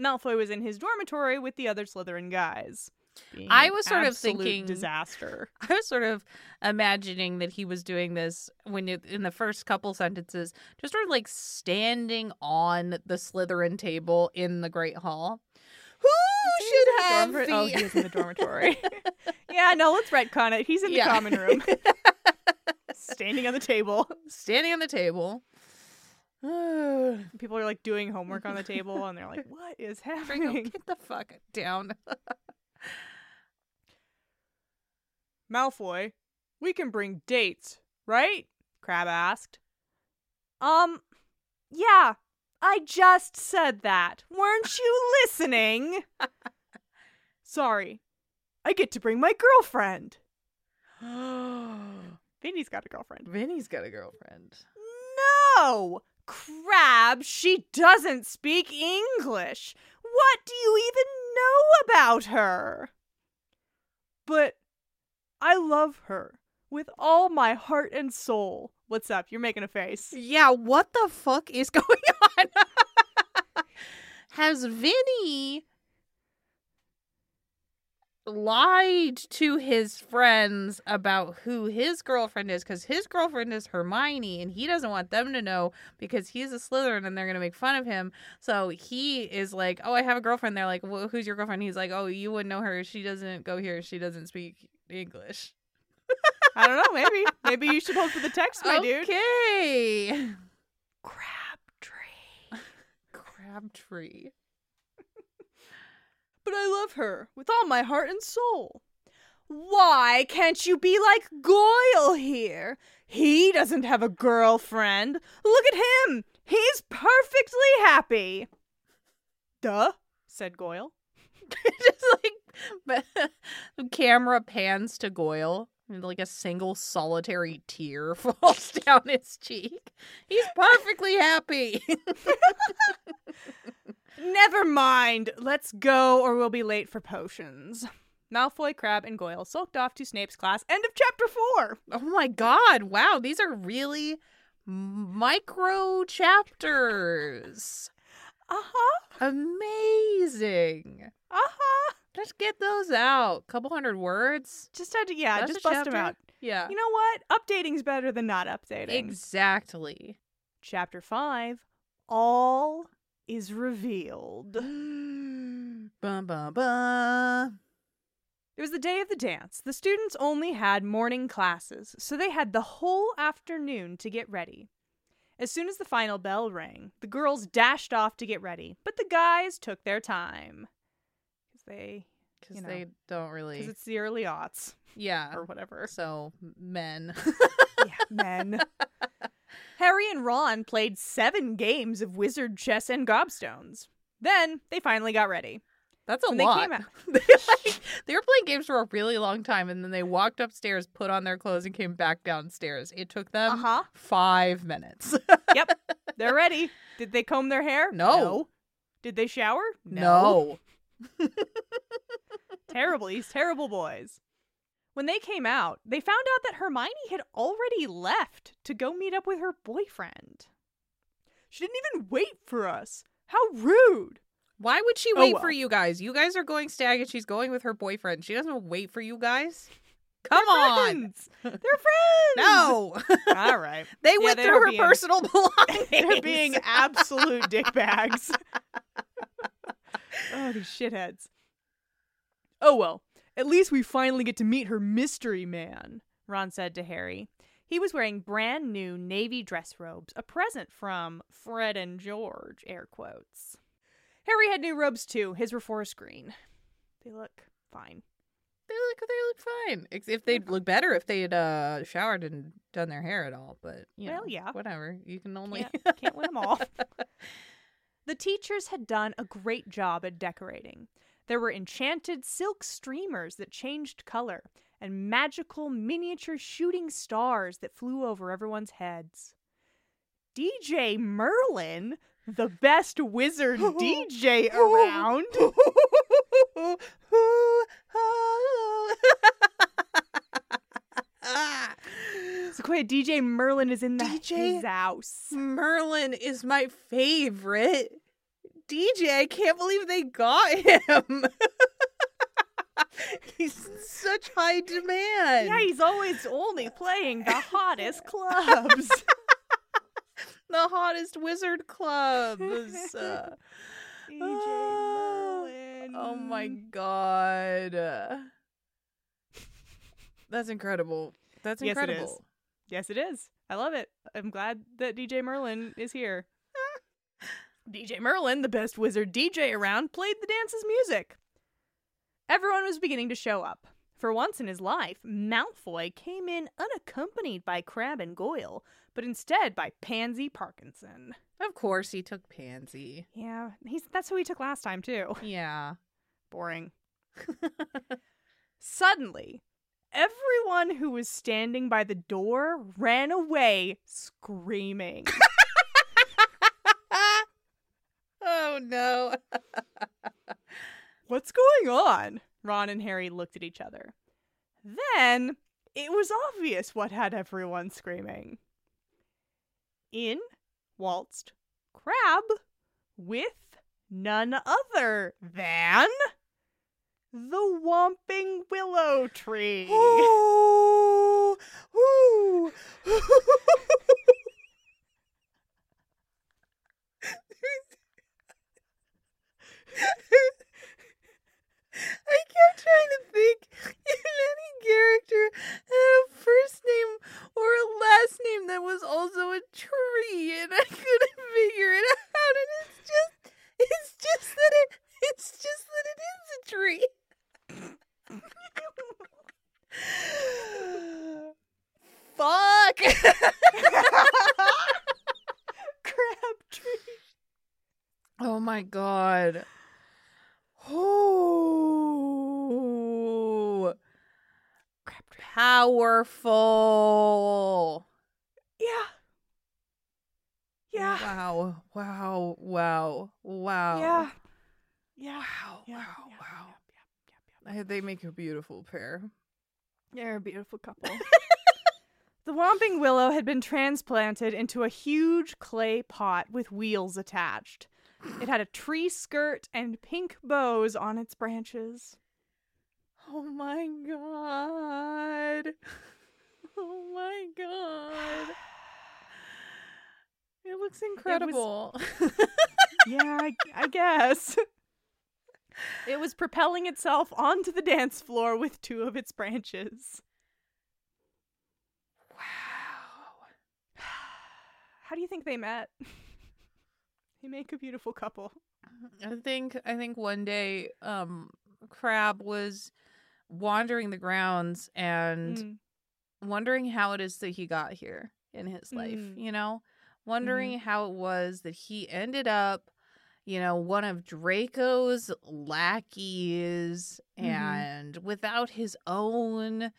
[SPEAKER 1] Malfoy was in his dormitory with the other Slytherin guys. Being
[SPEAKER 2] I
[SPEAKER 1] an
[SPEAKER 2] was sort of
[SPEAKER 1] absolute
[SPEAKER 2] thinking-
[SPEAKER 1] disaster.
[SPEAKER 2] I was sort of imagining that he was doing this when it, in the first couple sentences, just sort of like standing on the Slytherin table in the Great Hall. Who should have
[SPEAKER 1] Dormitory-
[SPEAKER 2] the?
[SPEAKER 1] Oh, he was in the dormitory. yeah, no, let's retcon it. He's in the
[SPEAKER 2] Yeah.
[SPEAKER 1] common room, standing on the table.
[SPEAKER 2] standing on the table. Draco,
[SPEAKER 1] people are like doing homework on the table and they're like what is happening
[SPEAKER 2] get the fuck down.
[SPEAKER 1] malfoy we can bring dates right crab asked um yeah i just said that weren't you listening sorry i get to bring my girlfriend vinny's got a girlfriend
[SPEAKER 2] Vinny's got a girlfriend.
[SPEAKER 1] No! Crab, she doesn't speak English. What do you even know about her? But I love her with all my heart and soul. What's up? You're making a face.
[SPEAKER 2] Yeah, what the fuck is going on? Has Vinny lied to his friends about who his girlfriend is? Because his girlfriend is Hermione, and he doesn't want them to know because he's a Slytherin and they're going to make fun of him. So he is like, Oh, I have a girlfriend. They're like, well, Who's your girlfriend? He's like, Oh, you wouldn't know her. She doesn't go here. She doesn't speak English.
[SPEAKER 1] I don't know, maybe. maybe you should hold for the text, my dude.
[SPEAKER 2] Okay.
[SPEAKER 1] Crabtree.
[SPEAKER 2] Crabtree.
[SPEAKER 1] But I love her with all my heart and soul. Why can't you be like Goyle here? He doesn't have a girlfriend. Look at him. He's perfectly happy. Duh, said Goyle.
[SPEAKER 2] just like but camera pans to Goyle and like a single solitary tear falls down his cheek. He's perfectly happy.
[SPEAKER 1] Never mind. Let's go or we'll be late for potions. Malfoy, Crab, and Goyle sulked off to Snape's class. End of chapter four.
[SPEAKER 2] oh my god, wow, these are really micro chapters.
[SPEAKER 1] Uh huh.
[SPEAKER 2] Amazing.
[SPEAKER 1] Uh huh.
[SPEAKER 2] Just get those out. Couple hundred words.
[SPEAKER 1] Just had to, yeah,
[SPEAKER 2] That's
[SPEAKER 1] just
[SPEAKER 2] a
[SPEAKER 1] bust him
[SPEAKER 2] chapter?
[SPEAKER 1] out.
[SPEAKER 2] Yeah.
[SPEAKER 1] You know what? Updating's better than not updating.
[SPEAKER 2] Exactly.
[SPEAKER 1] Chapter 5 All is Revealed.
[SPEAKER 2] bum bum bum.
[SPEAKER 1] It was the day of the dance. The students only had morning classes, so they had the whole afternoon to get ready. As soon as the final bell rang, the girls dashed off to get ready, but the guys took their time. Because they,
[SPEAKER 2] because
[SPEAKER 1] you know,
[SPEAKER 2] they don't
[SPEAKER 1] because
[SPEAKER 2] really.
[SPEAKER 1] it's the early aughts
[SPEAKER 2] Yeah.
[SPEAKER 1] or whatever.
[SPEAKER 2] So men.
[SPEAKER 1] yeah, men. Harry and Ron played seven games of wizard chess and gobstones. Then they finally got ready.
[SPEAKER 2] That's a
[SPEAKER 1] When
[SPEAKER 2] lot.
[SPEAKER 1] they came out,
[SPEAKER 2] they, like, they were playing games for a really long time and then they walked upstairs, put on their clothes, and came back downstairs. It took them
[SPEAKER 1] uh huh,
[SPEAKER 2] five minutes.
[SPEAKER 1] they're ready. Did they comb their hair?
[SPEAKER 2] No.
[SPEAKER 1] Did they shower?
[SPEAKER 2] No.
[SPEAKER 1] terrible, these terrible boys. When they came out, they found out that Hermione had already left to go meet up with her boyfriend. She didn't even wait for us. How rude.
[SPEAKER 2] Why would she
[SPEAKER 1] Oh,
[SPEAKER 2] wait for
[SPEAKER 1] well.
[SPEAKER 2] you guys? You guys are going stag and she's going with her boyfriend. She doesn't wait for you guys. Come on.
[SPEAKER 1] Friends. They're friends.
[SPEAKER 2] No.
[SPEAKER 1] All right.
[SPEAKER 2] They went
[SPEAKER 1] they
[SPEAKER 2] through
[SPEAKER 1] were
[SPEAKER 2] her
[SPEAKER 1] being-
[SPEAKER 2] personal belongings.
[SPEAKER 1] They're being absolute dickbags. oh, these shitheads. Oh well, at least we finally get to meet her mystery man, Ron said to Harry. He was wearing brand new navy dress robes, a present from Fred and George, air quotes. Harry had new robes too. His were forest green. They look fine.
[SPEAKER 2] They look they look fine. Ex- If they'd look better if they'd uh showered and done their hair at all, but you
[SPEAKER 1] Well,
[SPEAKER 2] know,
[SPEAKER 1] yeah.
[SPEAKER 2] whatever. You can only
[SPEAKER 1] Can't, can't win them all. the teachers had done a great job at decorating. There were enchanted silk streamers that changed color and magical miniature shooting stars that flew over everyone's heads. DJ Merlin, the best wizard DJ around, so quiet. DJ Merlin is in the
[SPEAKER 2] DJ
[SPEAKER 1] his house.
[SPEAKER 2] Merlin is my favorite. DJ, I can't believe they got him. He's in such high demand.
[SPEAKER 1] Yeah, he's always only playing the hottest clubs.
[SPEAKER 2] the hottest wizard club. is, uh,
[SPEAKER 1] DJ
[SPEAKER 2] Ah.
[SPEAKER 1] Merlin.
[SPEAKER 2] oh my
[SPEAKER 1] Mm.
[SPEAKER 2] god. That's incredible. That's
[SPEAKER 1] Yes, it is.
[SPEAKER 2] incredible.
[SPEAKER 1] Yes, it is. I love it. I'm glad that DJ Merlin is here. DJ Merlin, the best wizard DJ around, played the dance's music. Everyone was beginning to show up. For once in his life, Malfoy came in unaccompanied by Crab and Goyle, but instead by Pansy Parkinson.
[SPEAKER 2] Of course he took Pansy.
[SPEAKER 1] Yeah, he's that's who he took last time too.
[SPEAKER 2] Yeah.
[SPEAKER 1] Boring. Suddenly, everyone who was standing by the door ran away screaming.
[SPEAKER 2] Ah! oh no.
[SPEAKER 1] What's going on? Ron and Harry looked at each other. Then it was obvious what had everyone screaming. In waltzed Crab with none other than the Whomping Willow Tree.
[SPEAKER 2] Oh. Ooh, ooh. I kept trying to think if any character had a first name or a last name that was also a tree, and I couldn't figure it out. And it's just, it's just that it, it's just that it is a tree. Fuck!
[SPEAKER 1] Crab Tree.
[SPEAKER 2] oh my god. Oh.
[SPEAKER 1] Crab Tree.
[SPEAKER 2] Powerful.
[SPEAKER 1] Yeah. Yeah.
[SPEAKER 2] Wow. Wow. Wow. Wow.
[SPEAKER 1] Yeah. Yeah. Yeah,
[SPEAKER 2] Wow. wow.
[SPEAKER 1] yeah,
[SPEAKER 2] wow.
[SPEAKER 1] yeah, yeah, yeah.
[SPEAKER 2] I- They make a beautiful pair.
[SPEAKER 1] They're a beautiful couple. the Whomping Willow had been transplanted into a huge clay pot with wheels attached. It had a tree skirt and pink bows on its branches.
[SPEAKER 2] Oh my god. Oh my god. It looks incredible.
[SPEAKER 1] Yeah, I, I guess. It was propelling itself onto the dance floor with two of its branches.
[SPEAKER 2] wow.
[SPEAKER 1] How do you think they met? they make a beautiful couple.
[SPEAKER 2] I think I think one day um Crab was wandering the grounds and
[SPEAKER 1] Mm.
[SPEAKER 2] wondering how it is that he got here in his life,
[SPEAKER 1] Mm.
[SPEAKER 2] you know? Wondering how it was that he ended up, you know, one of Draco's lackeys
[SPEAKER 1] Mhm.
[SPEAKER 2] and without his own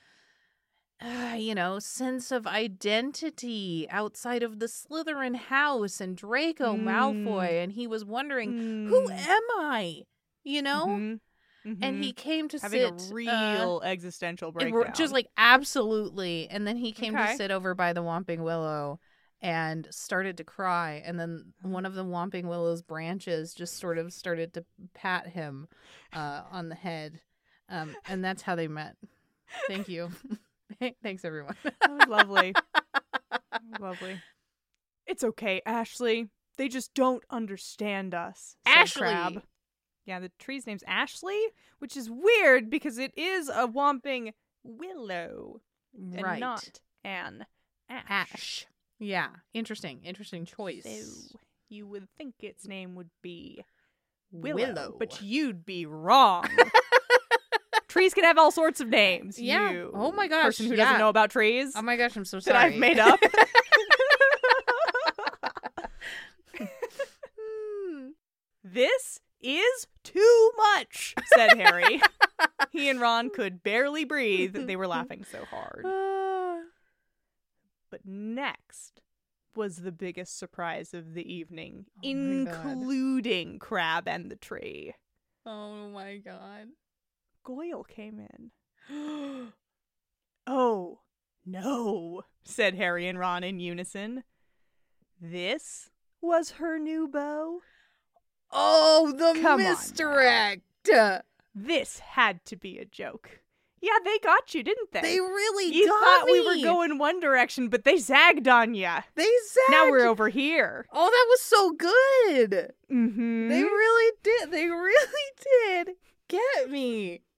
[SPEAKER 2] uh, you know, sense of identity outside of the Slytherin house and Draco
[SPEAKER 1] Mm.
[SPEAKER 2] Malfoy and he was wondering, "Who
[SPEAKER 1] Mm.
[SPEAKER 2] am I?" You know?
[SPEAKER 1] Mhm.
[SPEAKER 2] And
[SPEAKER 1] Mhm.
[SPEAKER 2] he came to
[SPEAKER 1] having
[SPEAKER 2] sit
[SPEAKER 1] a
[SPEAKER 2] uh,
[SPEAKER 1] real existential
[SPEAKER 2] it
[SPEAKER 1] breakdown.
[SPEAKER 2] were- just like absolutely and then he came
[SPEAKER 1] Okay.
[SPEAKER 2] to sit over by the whomping willow and started to cry and then one of the whomping willow's branches just sort of started to pat him uh, on the head um, and that's how they met thank you thanks everyone
[SPEAKER 1] that was lovely. That was lovely. It's okay, Ashley. They just don't understand us. said
[SPEAKER 2] Ashley!
[SPEAKER 1] Crab. Yeah, the tree's name's Ashley, which is weird because it is a whomping willow and
[SPEAKER 2] right
[SPEAKER 1] not an ash.
[SPEAKER 2] ash yeah interesting interesting choice
[SPEAKER 1] So you would think its name would be Willow,
[SPEAKER 2] willow, Oh
[SPEAKER 1] but you'd be wrong. trees can have all sorts of names.
[SPEAKER 2] Yeah.
[SPEAKER 1] you
[SPEAKER 2] Oh my gosh,
[SPEAKER 1] person who
[SPEAKER 2] yeah.
[SPEAKER 1] doesn't know about trees
[SPEAKER 2] oh my gosh i'm so
[SPEAKER 1] that
[SPEAKER 2] sorry
[SPEAKER 1] I've made up.
[SPEAKER 2] Hmm.
[SPEAKER 1] this is too much," said Harry. he and Ron could barely breathe; they were laughing so hard.
[SPEAKER 2] Ah.
[SPEAKER 1] But next was the biggest surprise of the evening,
[SPEAKER 2] Oh my God.
[SPEAKER 1] including Crab and the Tree.
[SPEAKER 2] oh my god
[SPEAKER 1] Goyle came in. Oh, no, said Harry and Ron in unison. This was her new beau.
[SPEAKER 2] Oh, the
[SPEAKER 1] Come on now.
[SPEAKER 2] misdirect.
[SPEAKER 1] This had to be a joke. Yeah, they got you, didn't they?
[SPEAKER 2] They really
[SPEAKER 1] you
[SPEAKER 2] got
[SPEAKER 1] thought we
[SPEAKER 2] me.
[SPEAKER 1] were going one direction, but they zagged on you.
[SPEAKER 2] They zagged.
[SPEAKER 1] Now we're over here.
[SPEAKER 2] Oh, that was so good.
[SPEAKER 1] Mm-hmm.
[SPEAKER 2] They really did. They really did get me.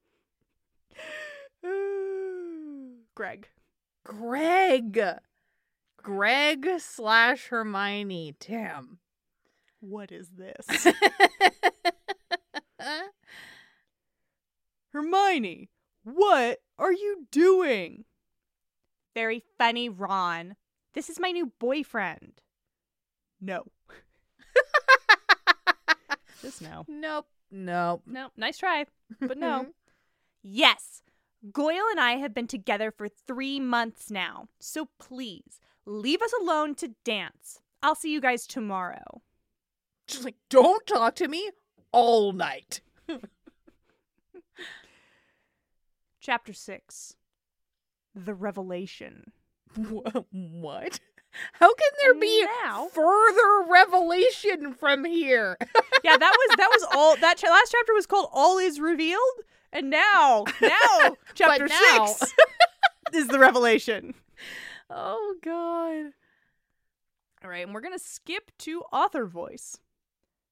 [SPEAKER 1] Greg.
[SPEAKER 2] Greg, Greg slash Hermione. Damn.
[SPEAKER 1] What is this? Hermione, what are you doing? Very funny, Ron. This is my new boyfriend. No. Just no.
[SPEAKER 2] nope. Nope.
[SPEAKER 1] No, nice try, but no. yes, Goyle and I have been together for three months now, so please leave us alone to dance. I'll see you guys tomorrow.
[SPEAKER 2] Just like don't talk to me all night.
[SPEAKER 1] Chapter 6 The Revelation.
[SPEAKER 2] Wha- What? How can there be
[SPEAKER 1] Now-
[SPEAKER 2] further revelation from here?
[SPEAKER 1] yeah, that was that was all that cha- last chapter was called All Is Revealed, and now now chapter
[SPEAKER 2] now-
[SPEAKER 1] six is the revelation.
[SPEAKER 2] Oh God.
[SPEAKER 1] All right, and we're gonna skip to author voice,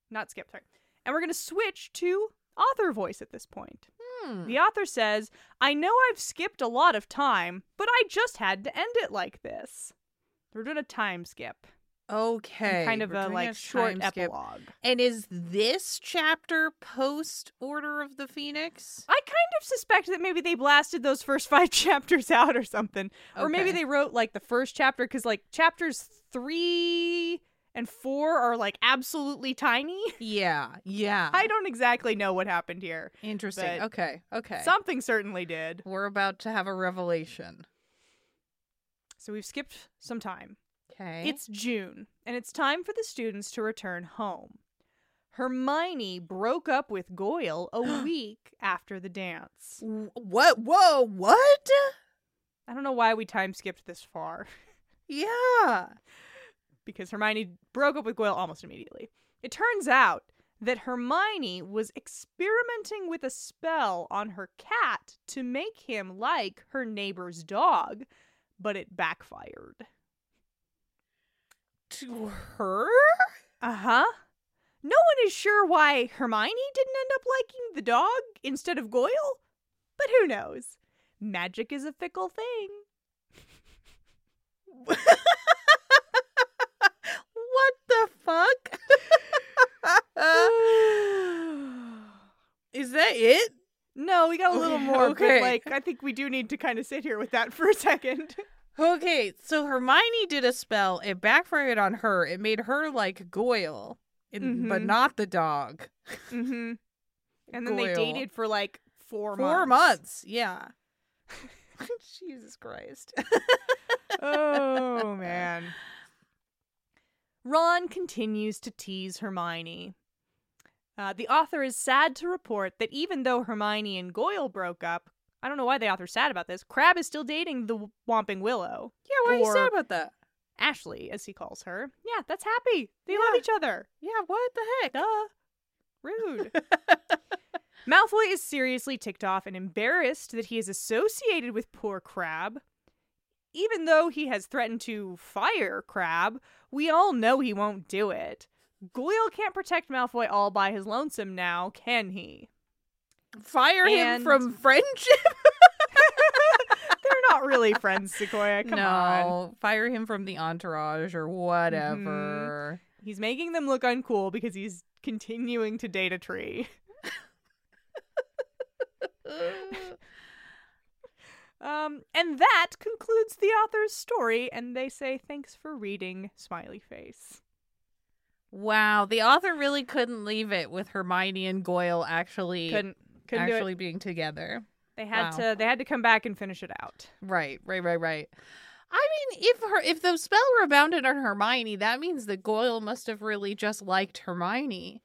[SPEAKER 1] not skip, sorry, and we're gonna switch to author voice at this point.
[SPEAKER 2] Hmm.
[SPEAKER 1] The author says, "I know I've skipped a lot of time, but I just had to end it like this." We're doing a time skip, and
[SPEAKER 2] Okay.
[SPEAKER 1] kind of
[SPEAKER 2] we're
[SPEAKER 1] a
[SPEAKER 2] doing
[SPEAKER 1] like short
[SPEAKER 2] time skip.
[SPEAKER 1] epilogue.
[SPEAKER 2] And is this chapter post Order of the Phoenix?
[SPEAKER 1] I kind of suspect that maybe they blasted those first five chapters out or something. Or maybe
[SPEAKER 2] Okay.
[SPEAKER 1] they wrote like the first chapter because like chapters three and four are like absolutely tiny.
[SPEAKER 2] Yeah. Yeah.
[SPEAKER 1] I don't exactly know what happened here.
[SPEAKER 2] Interesting.
[SPEAKER 1] but
[SPEAKER 2] Okay. Okay.
[SPEAKER 1] Something certainly did.
[SPEAKER 2] We're about to have a revelation.
[SPEAKER 1] So we've skipped some time.
[SPEAKER 2] Okay.
[SPEAKER 1] It's June, and it's time for the students to return home. Hermione broke up with Goyle a week after the dance.
[SPEAKER 2] Wh- what? Whoa! What?
[SPEAKER 1] I don't know why we time skipped this far.
[SPEAKER 2] Yeah.
[SPEAKER 1] because Hermione broke up with Goyle almost immediately. It turns out that Hermione was experimenting with a spell on her cat to make him like her neighbor's dog, but it backfired.
[SPEAKER 2] To her?
[SPEAKER 1] Uh huh. No one is sure why Hermione didn't end up liking the dog instead of Goyle, but who knows? Magic is a fickle thing. But
[SPEAKER 2] Okay.
[SPEAKER 1] like, I think we do need to kind of sit here with that for a second.
[SPEAKER 2] Okay, so Hermione did a spell. It backfired on her. It made her like Goyle, and, but
[SPEAKER 1] Mhm.
[SPEAKER 2] not the dog.
[SPEAKER 1] Mm-hmm. And then they
[SPEAKER 2] Goyle.
[SPEAKER 1] dated for like four months.
[SPEAKER 2] Four months. Yeah. Jesus Christ.
[SPEAKER 1] oh man. Ron continues to tease Hermione. Uh, the author is sad to report that even though Hermione and Goyle broke up, I don't know why the author's sad about this. Crab is still dating the Whomping Willow,
[SPEAKER 2] Yeah, why are you
[SPEAKER 1] Or-
[SPEAKER 2] sad about that?
[SPEAKER 1] Ashley, as he calls her. Yeah, that's happy. They love each other.
[SPEAKER 2] Yeah, what the heck?
[SPEAKER 1] Duh. Rude. Malfoy is seriously ticked off and embarrassed that he is associated with poor Crab. Even though he has threatened to fire Crab, we all know he won't do it. Goyle can't protect Malfoy all by his lonesome now, can he?
[SPEAKER 2] Fire him
[SPEAKER 1] And-
[SPEAKER 2] from friendship.
[SPEAKER 1] They're not really friends, Sequoia. Come
[SPEAKER 2] no,
[SPEAKER 1] on.
[SPEAKER 2] fire him from the entourage or Mm-hmm. whatever.
[SPEAKER 1] He's making them look uncool because he's continuing to date a tree. Um, and that concludes the author's story, and they say thanks for reading, smiley face.
[SPEAKER 2] wow, the author really couldn't leave it with Hermione and Goyle actually
[SPEAKER 1] Couldn't couldn't do
[SPEAKER 2] actually
[SPEAKER 1] it.
[SPEAKER 2] being together.
[SPEAKER 1] They had
[SPEAKER 2] wow.
[SPEAKER 1] to they had to come back and finish it out.
[SPEAKER 2] Right, right, right, right. I mean, if her if the spell were bounded on Hermione, that means that Goyle must have really just liked Hermione,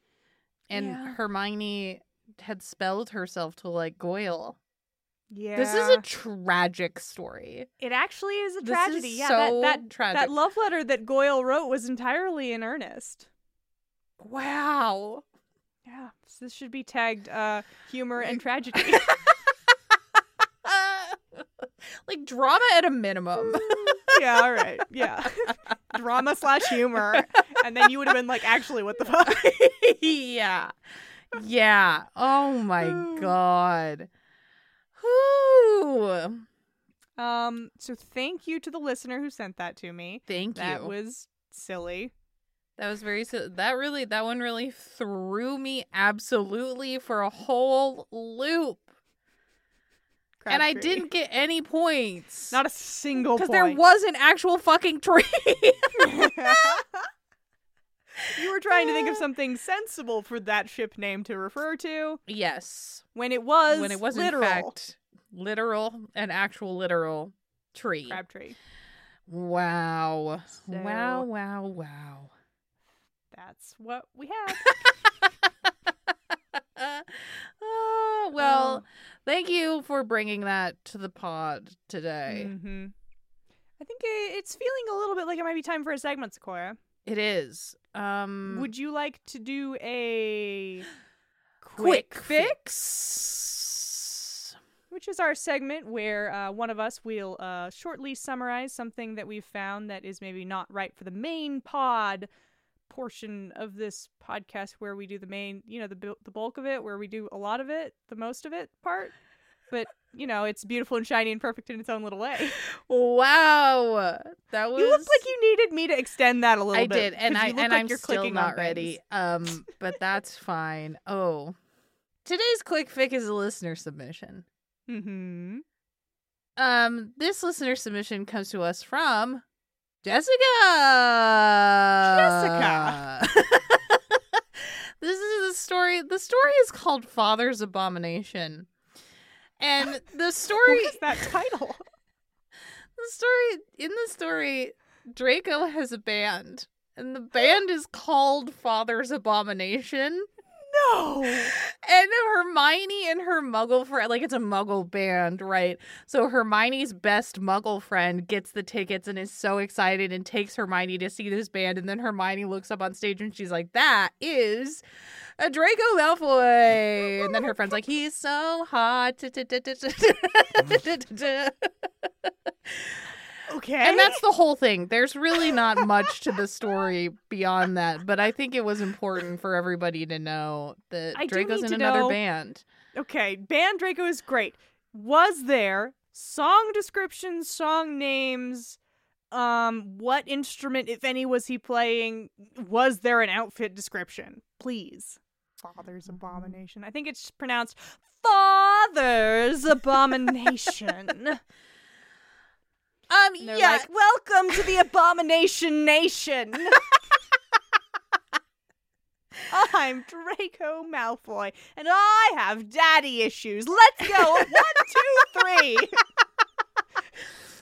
[SPEAKER 2] and
[SPEAKER 1] Yeah.
[SPEAKER 2] Hermione had spelled herself to like Goyle.
[SPEAKER 1] Yeah,
[SPEAKER 2] This is a tragic story.
[SPEAKER 1] it actually is a
[SPEAKER 2] This
[SPEAKER 1] tragedy.
[SPEAKER 2] is
[SPEAKER 1] yeah,
[SPEAKER 2] so
[SPEAKER 1] that that
[SPEAKER 2] tragic.
[SPEAKER 1] that love letter that Goyle wrote was entirely in earnest.
[SPEAKER 2] wow.
[SPEAKER 1] Yeah, so this should be tagged uh, humor and tragedy.
[SPEAKER 2] like drama at a minimum.
[SPEAKER 1] yeah, all right. Yeah, drama slash humor, and then you would have been like, actually, what the fuck?
[SPEAKER 2] yeah. Yeah. Oh my
[SPEAKER 1] Oh.
[SPEAKER 2] god. Whoo.
[SPEAKER 1] Um, so thank you to the listener who sent that to me.
[SPEAKER 2] Thank
[SPEAKER 1] That
[SPEAKER 2] you.
[SPEAKER 1] was silly.
[SPEAKER 2] that was very si- that really that one really threw me absolutely for a whole loop. and I
[SPEAKER 1] Crabtree.
[SPEAKER 2] didn't get any points.
[SPEAKER 1] Not a single
[SPEAKER 2] cuz
[SPEAKER 1] point.
[SPEAKER 2] there was an actual fucking tree.
[SPEAKER 1] you were trying to think of something sensible for that ship name to refer to
[SPEAKER 2] yes.
[SPEAKER 1] when it was
[SPEAKER 2] when it was
[SPEAKER 1] literal
[SPEAKER 2] in fact literal, an actual literal tree.
[SPEAKER 1] Crabtree.
[SPEAKER 2] Wow. Wow,
[SPEAKER 1] So-
[SPEAKER 2] wow, wow.
[SPEAKER 1] That's what we had.
[SPEAKER 2] oh, Ah, well, thank you for bringing that to the pod today.
[SPEAKER 1] Mhm. I think i- it's feeling a little bit like it might be time for a segment, Sequoia.
[SPEAKER 2] It is. Um
[SPEAKER 1] Would you like to do a
[SPEAKER 2] quick,
[SPEAKER 1] fix?
[SPEAKER 2] fix.
[SPEAKER 1] which is our segment where uh, one of us will uh, shortly summarize something that we've found that is maybe not right for the main pod portion of this podcast where we do the main you know the bu- the bulk of it where we do a lot of it the most of it part but you know it's beautiful and shiny and perfect in its own little way
[SPEAKER 2] Wow. That was
[SPEAKER 1] you looked like you needed me to extend that a little
[SPEAKER 2] I
[SPEAKER 1] bit
[SPEAKER 2] did, and
[SPEAKER 1] 'cause
[SPEAKER 2] I
[SPEAKER 1] you
[SPEAKER 2] and
[SPEAKER 1] look like
[SPEAKER 2] I'm
[SPEAKER 1] you're
[SPEAKER 2] still
[SPEAKER 1] clicking on
[SPEAKER 2] not ready.
[SPEAKER 1] things.
[SPEAKER 2] Um, but that's fine. Oh, today's quick fix is a listener submission.
[SPEAKER 1] mhm
[SPEAKER 2] Um, this listener submission comes to us from Jessica. Jessica. this is the story. The story is called Father's Abomination. And the story
[SPEAKER 1] what is that title
[SPEAKER 2] the story in the story, Draco has a band. And the band is called Father's Abomination.
[SPEAKER 1] no
[SPEAKER 2] And Hermione and her muggle friend, like it's a muggle band, right? So Hermione's best muggle friend gets the tickets and is so excited and takes Hermione to see this band. And then Hermione looks up on stage and she's like, that is a Draco Malfoy. And then her friend's like, he's so hot.
[SPEAKER 1] okay
[SPEAKER 2] And that's the whole thing. There's really not much to the story beyond that, but I think it was important for everybody to know that
[SPEAKER 1] I do
[SPEAKER 2] Draco's
[SPEAKER 1] need
[SPEAKER 2] in
[SPEAKER 1] to
[SPEAKER 2] another
[SPEAKER 1] know-
[SPEAKER 2] band.
[SPEAKER 1] Okay, band Draco is great. Was there song descriptions, song names, um, what instrument, if any, was he playing? Was there an outfit description? Please. Father's Abomination. I think it's pronounced Father's Abomination. And
[SPEAKER 2] Um,
[SPEAKER 1] they're
[SPEAKER 2] yeah,
[SPEAKER 1] like, Welcome to the Abomination Nation. I'm Draco Malfoy, and I have daddy issues. Let's go. One, two, three.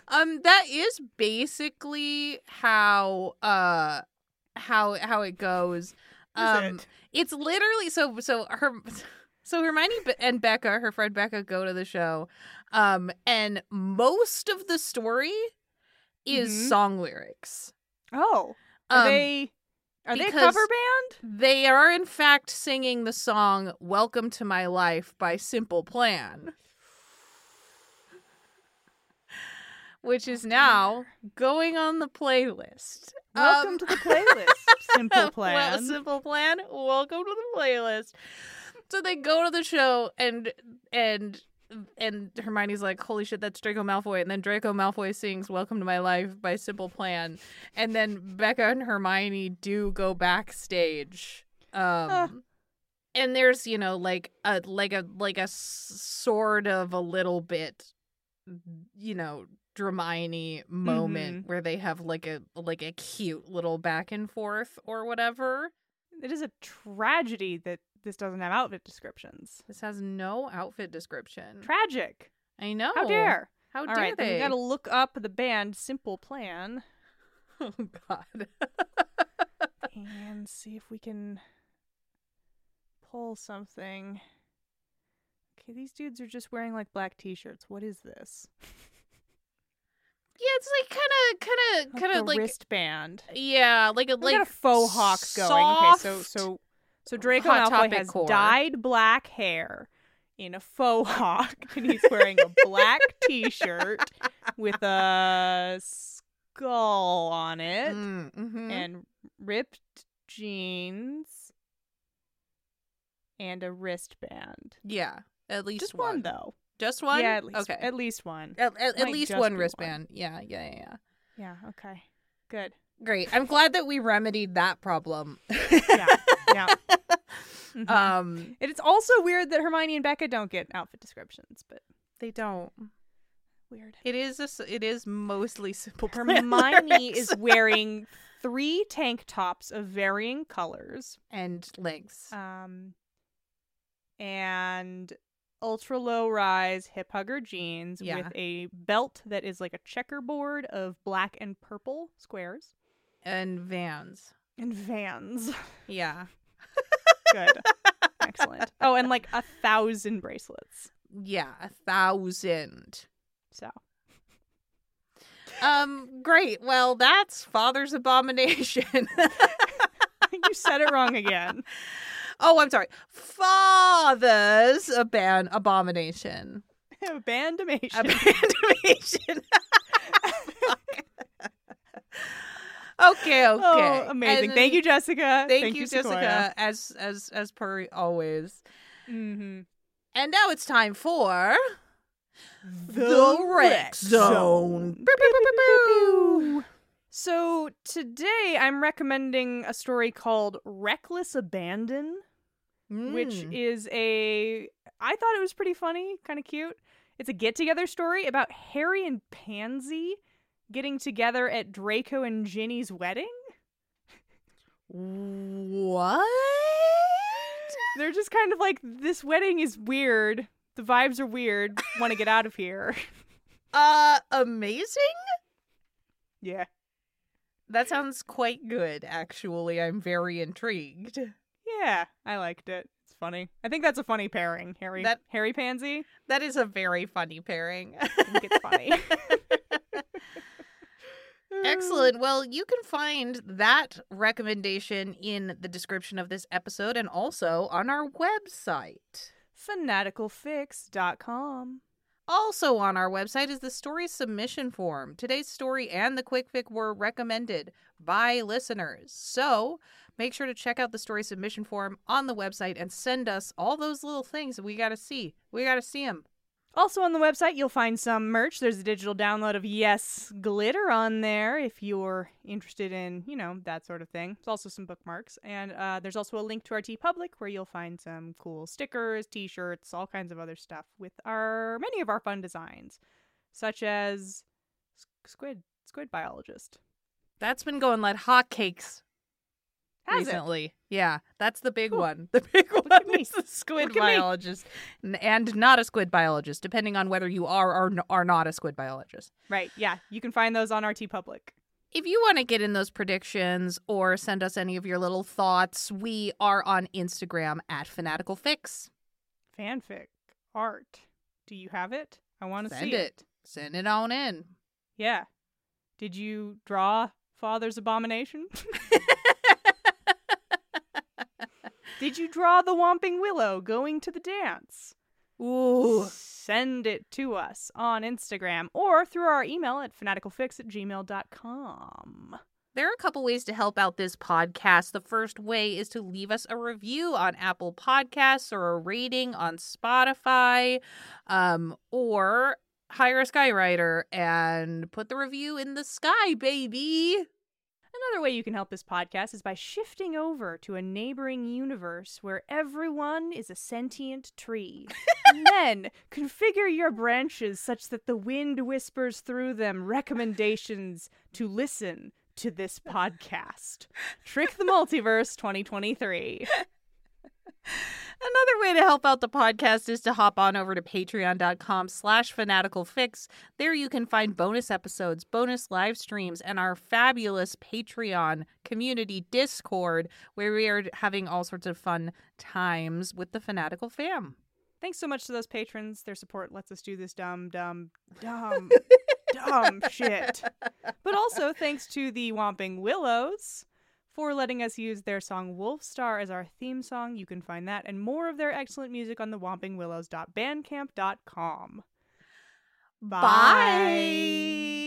[SPEAKER 2] um, that is basically how uh how how it goes. um,
[SPEAKER 1] it?
[SPEAKER 2] it's literally so so her so Hermione Be- and Becca, her friend Becca, go to the show, um, and most of the story is
[SPEAKER 1] Mhm.
[SPEAKER 2] song lyrics.
[SPEAKER 1] Oh, are
[SPEAKER 2] Um,
[SPEAKER 1] they are they a
[SPEAKER 2] because-
[SPEAKER 1] cover band?
[SPEAKER 2] They are in fact singing the song "Welcome to My Life" by Simple Plan, which is now going on the playlist.
[SPEAKER 1] Welcome
[SPEAKER 2] Um,
[SPEAKER 1] to the playlist. Simple plan.
[SPEAKER 2] Well, simple plan. Welcome to the playlist. So they go to the show and and and Hermione's like, "Holy shit, that's Draco Malfoy!" And then Draco Malfoy sings "Welcome to My Life" by Simple Plan, and then Becca and Hermione do go backstage. Um,
[SPEAKER 1] Huh.
[SPEAKER 2] and there's you know like a like a like a s- sort of a little bit, mm, you know, Dramini moment
[SPEAKER 1] Mm-hmm.
[SPEAKER 2] where they have like a like a cute little back and forth or whatever.
[SPEAKER 1] It is a tragedy that this doesn't have outfit descriptions.
[SPEAKER 2] This has no outfit description.
[SPEAKER 1] Tragic.
[SPEAKER 2] I know.
[SPEAKER 1] Oh, How dare.
[SPEAKER 2] How
[SPEAKER 1] All
[SPEAKER 2] dare
[SPEAKER 1] right, then
[SPEAKER 2] they?
[SPEAKER 1] we gotta look up the band Simple Plan
[SPEAKER 2] Oh God.
[SPEAKER 1] and see if we can pull something. Okay, these dudes are just wearing like black t-shirts. What is this?
[SPEAKER 2] Yeah, it's like kind of, kind of, kind
[SPEAKER 1] the
[SPEAKER 2] of like
[SPEAKER 1] wristband.
[SPEAKER 2] yeah, like a
[SPEAKER 1] We
[SPEAKER 2] like
[SPEAKER 1] got a faux hawk going. Okay, so
[SPEAKER 2] soft-
[SPEAKER 1] so so Draco
[SPEAKER 2] Hot
[SPEAKER 1] Malfoy
[SPEAKER 2] Topic
[SPEAKER 1] has
[SPEAKER 2] core.
[SPEAKER 1] dyed black hair in a faux hawk, and he's wearing a black T-shirt with a skull on it
[SPEAKER 2] Mm, mhm.
[SPEAKER 1] and ripped jeans and a wristband.
[SPEAKER 2] yeah, at least
[SPEAKER 1] Just
[SPEAKER 2] one.
[SPEAKER 1] one, though.
[SPEAKER 2] Just one.
[SPEAKER 1] Yeah, at least
[SPEAKER 2] okay.
[SPEAKER 1] at least one.
[SPEAKER 2] At, at, at
[SPEAKER 1] might
[SPEAKER 2] least
[SPEAKER 1] just
[SPEAKER 2] one
[SPEAKER 1] be one.
[SPEAKER 2] wristband. Yeah, yeah, yeah, yeah.
[SPEAKER 1] Yeah. Okay. Good.
[SPEAKER 2] Great. I'm glad that we remedied that problem.
[SPEAKER 1] Yeah. yeah. Mhm.
[SPEAKER 2] um,
[SPEAKER 1] And it's also weird that Hermione and Becca don't get outfit descriptions, but
[SPEAKER 2] they don't.
[SPEAKER 1] weird.
[SPEAKER 2] It is a s it is mostly simple. Plan
[SPEAKER 1] Hermione
[SPEAKER 2] lyrics.
[SPEAKER 1] is wearing three tank tops of varying colors,
[SPEAKER 2] and links.
[SPEAKER 1] um, and ultra low rise hip hugger jeans
[SPEAKER 2] Yeah.
[SPEAKER 1] with a belt that is like a checkerboard of black and purple squares
[SPEAKER 2] and Vans.
[SPEAKER 1] and Vans.
[SPEAKER 2] Yeah.
[SPEAKER 1] Good, excellent. Oh, and like a thousand bracelets.
[SPEAKER 2] Yeah, a thousand.
[SPEAKER 1] So
[SPEAKER 2] Um, great. Well, that's Father's Abomination.
[SPEAKER 1] you said it wrong again.
[SPEAKER 2] oh, I'm sorry. Father's Aban Abomination.
[SPEAKER 1] Abandonation.
[SPEAKER 2] Abandonation. okay, okay.
[SPEAKER 1] Oh, amazing!
[SPEAKER 2] And
[SPEAKER 1] Thank you, Jessica.
[SPEAKER 2] Thank, you, Jessica, as as as per always.
[SPEAKER 1] Mm-hmm.
[SPEAKER 2] And now it's time for Boop, boop, boop, boop, boop.
[SPEAKER 1] So today I'm recommending a story called Reckless Abandon, which
[SPEAKER 2] Mm.
[SPEAKER 1] is a I thought it was pretty funny, kind of cute. It's a get-together story about Harry and Pansy getting together at Draco and Ginny's wedding. Hmm.
[SPEAKER 2] What?
[SPEAKER 1] They're just kind of like this wedding is weird. The vibes are weird. Want to get out of here.
[SPEAKER 2] Uh, amazing.
[SPEAKER 1] Yeah.
[SPEAKER 2] That sounds quite good, actually. I'm very intrigued.
[SPEAKER 1] Yeah, I liked it. It's funny. I think that's a funny pairing, Harry.
[SPEAKER 2] That-
[SPEAKER 1] Harry Pansy.
[SPEAKER 2] That is a very funny pairing.
[SPEAKER 1] I think it's funny.
[SPEAKER 2] Mm. Excellent. Well, you can find that recommendation in the description of this episode and also on our website.
[SPEAKER 1] Fanaticalfix.com.
[SPEAKER 2] Also on our website is the story submission form. Today's story and the quick pick were recommended by listeners. So make sure to check out the story submission form on the website and send us all those little things that we got to see. We got to see them.
[SPEAKER 1] Also on the website, you'll find some merch. There's a digital download of Yes Glitter on there if you're interested in, you know, that sort of thing. There's also some bookmarks. And uh, there's also a link to our T Public where you'll find some cool stickers, t shirts, all kinds of other stuff with our many of our fun designs, such as s- squid, squid biologist.
[SPEAKER 2] That's been going like hotcakes
[SPEAKER 1] Has it?
[SPEAKER 2] recently. Yeah, that's the big
[SPEAKER 1] Cool.
[SPEAKER 2] one. The big
[SPEAKER 1] at
[SPEAKER 2] one
[SPEAKER 1] me.
[SPEAKER 2] is the squid
[SPEAKER 1] Look at me.
[SPEAKER 2] biologist, N- and not a squid biologist, depending on whether you are or n- are not a squid biologist.
[SPEAKER 1] Right. Yeah. You can find those on our T Public.
[SPEAKER 2] If you want to get in those predictions or send us any of your little thoughts, we are on Instagram at Fanatical Fix.
[SPEAKER 1] Fanfic art. Do you have it? I want to
[SPEAKER 2] Send
[SPEAKER 1] see
[SPEAKER 2] it. Send it on in.
[SPEAKER 1] Yeah. Did you draw Father's Abomination? Did you draw the Whomping Willow going to the dance?
[SPEAKER 2] Ooh.
[SPEAKER 1] Send it to us on Instagram or through our email at fanaticalfix at gmail.com.
[SPEAKER 2] There are a couple ways to help out this podcast. The first way is to leave us a review on Apple Podcasts or a rating on Spotify, um, or hire a skywriter and put the review in the sky, baby.
[SPEAKER 1] Another way you can help this podcast is by shifting over to a neighboring universe where everyone is a sentient tree. and then configure your branches such that the wind whispers through them recommendations to listen to this podcast. Trick the Multiverse 2023.
[SPEAKER 2] Another way to help out the podcast is to hop on over to patreon.com slash fanaticalfix. There you can find bonus episodes, bonus live streams, and our fabulous Patreon community Discord, where we are having all sorts of fun times with the Fanatical fam.
[SPEAKER 1] Thanks so much to those patrons. Their support lets us do this dumb, dumb, dumb, dumb shit. But also thanks to the Whomping Willows for letting us use their song Wolf Star as our theme song. You can find that and more of their excellent music on the whompingwillows.bandcamp.com.
[SPEAKER 2] Bye.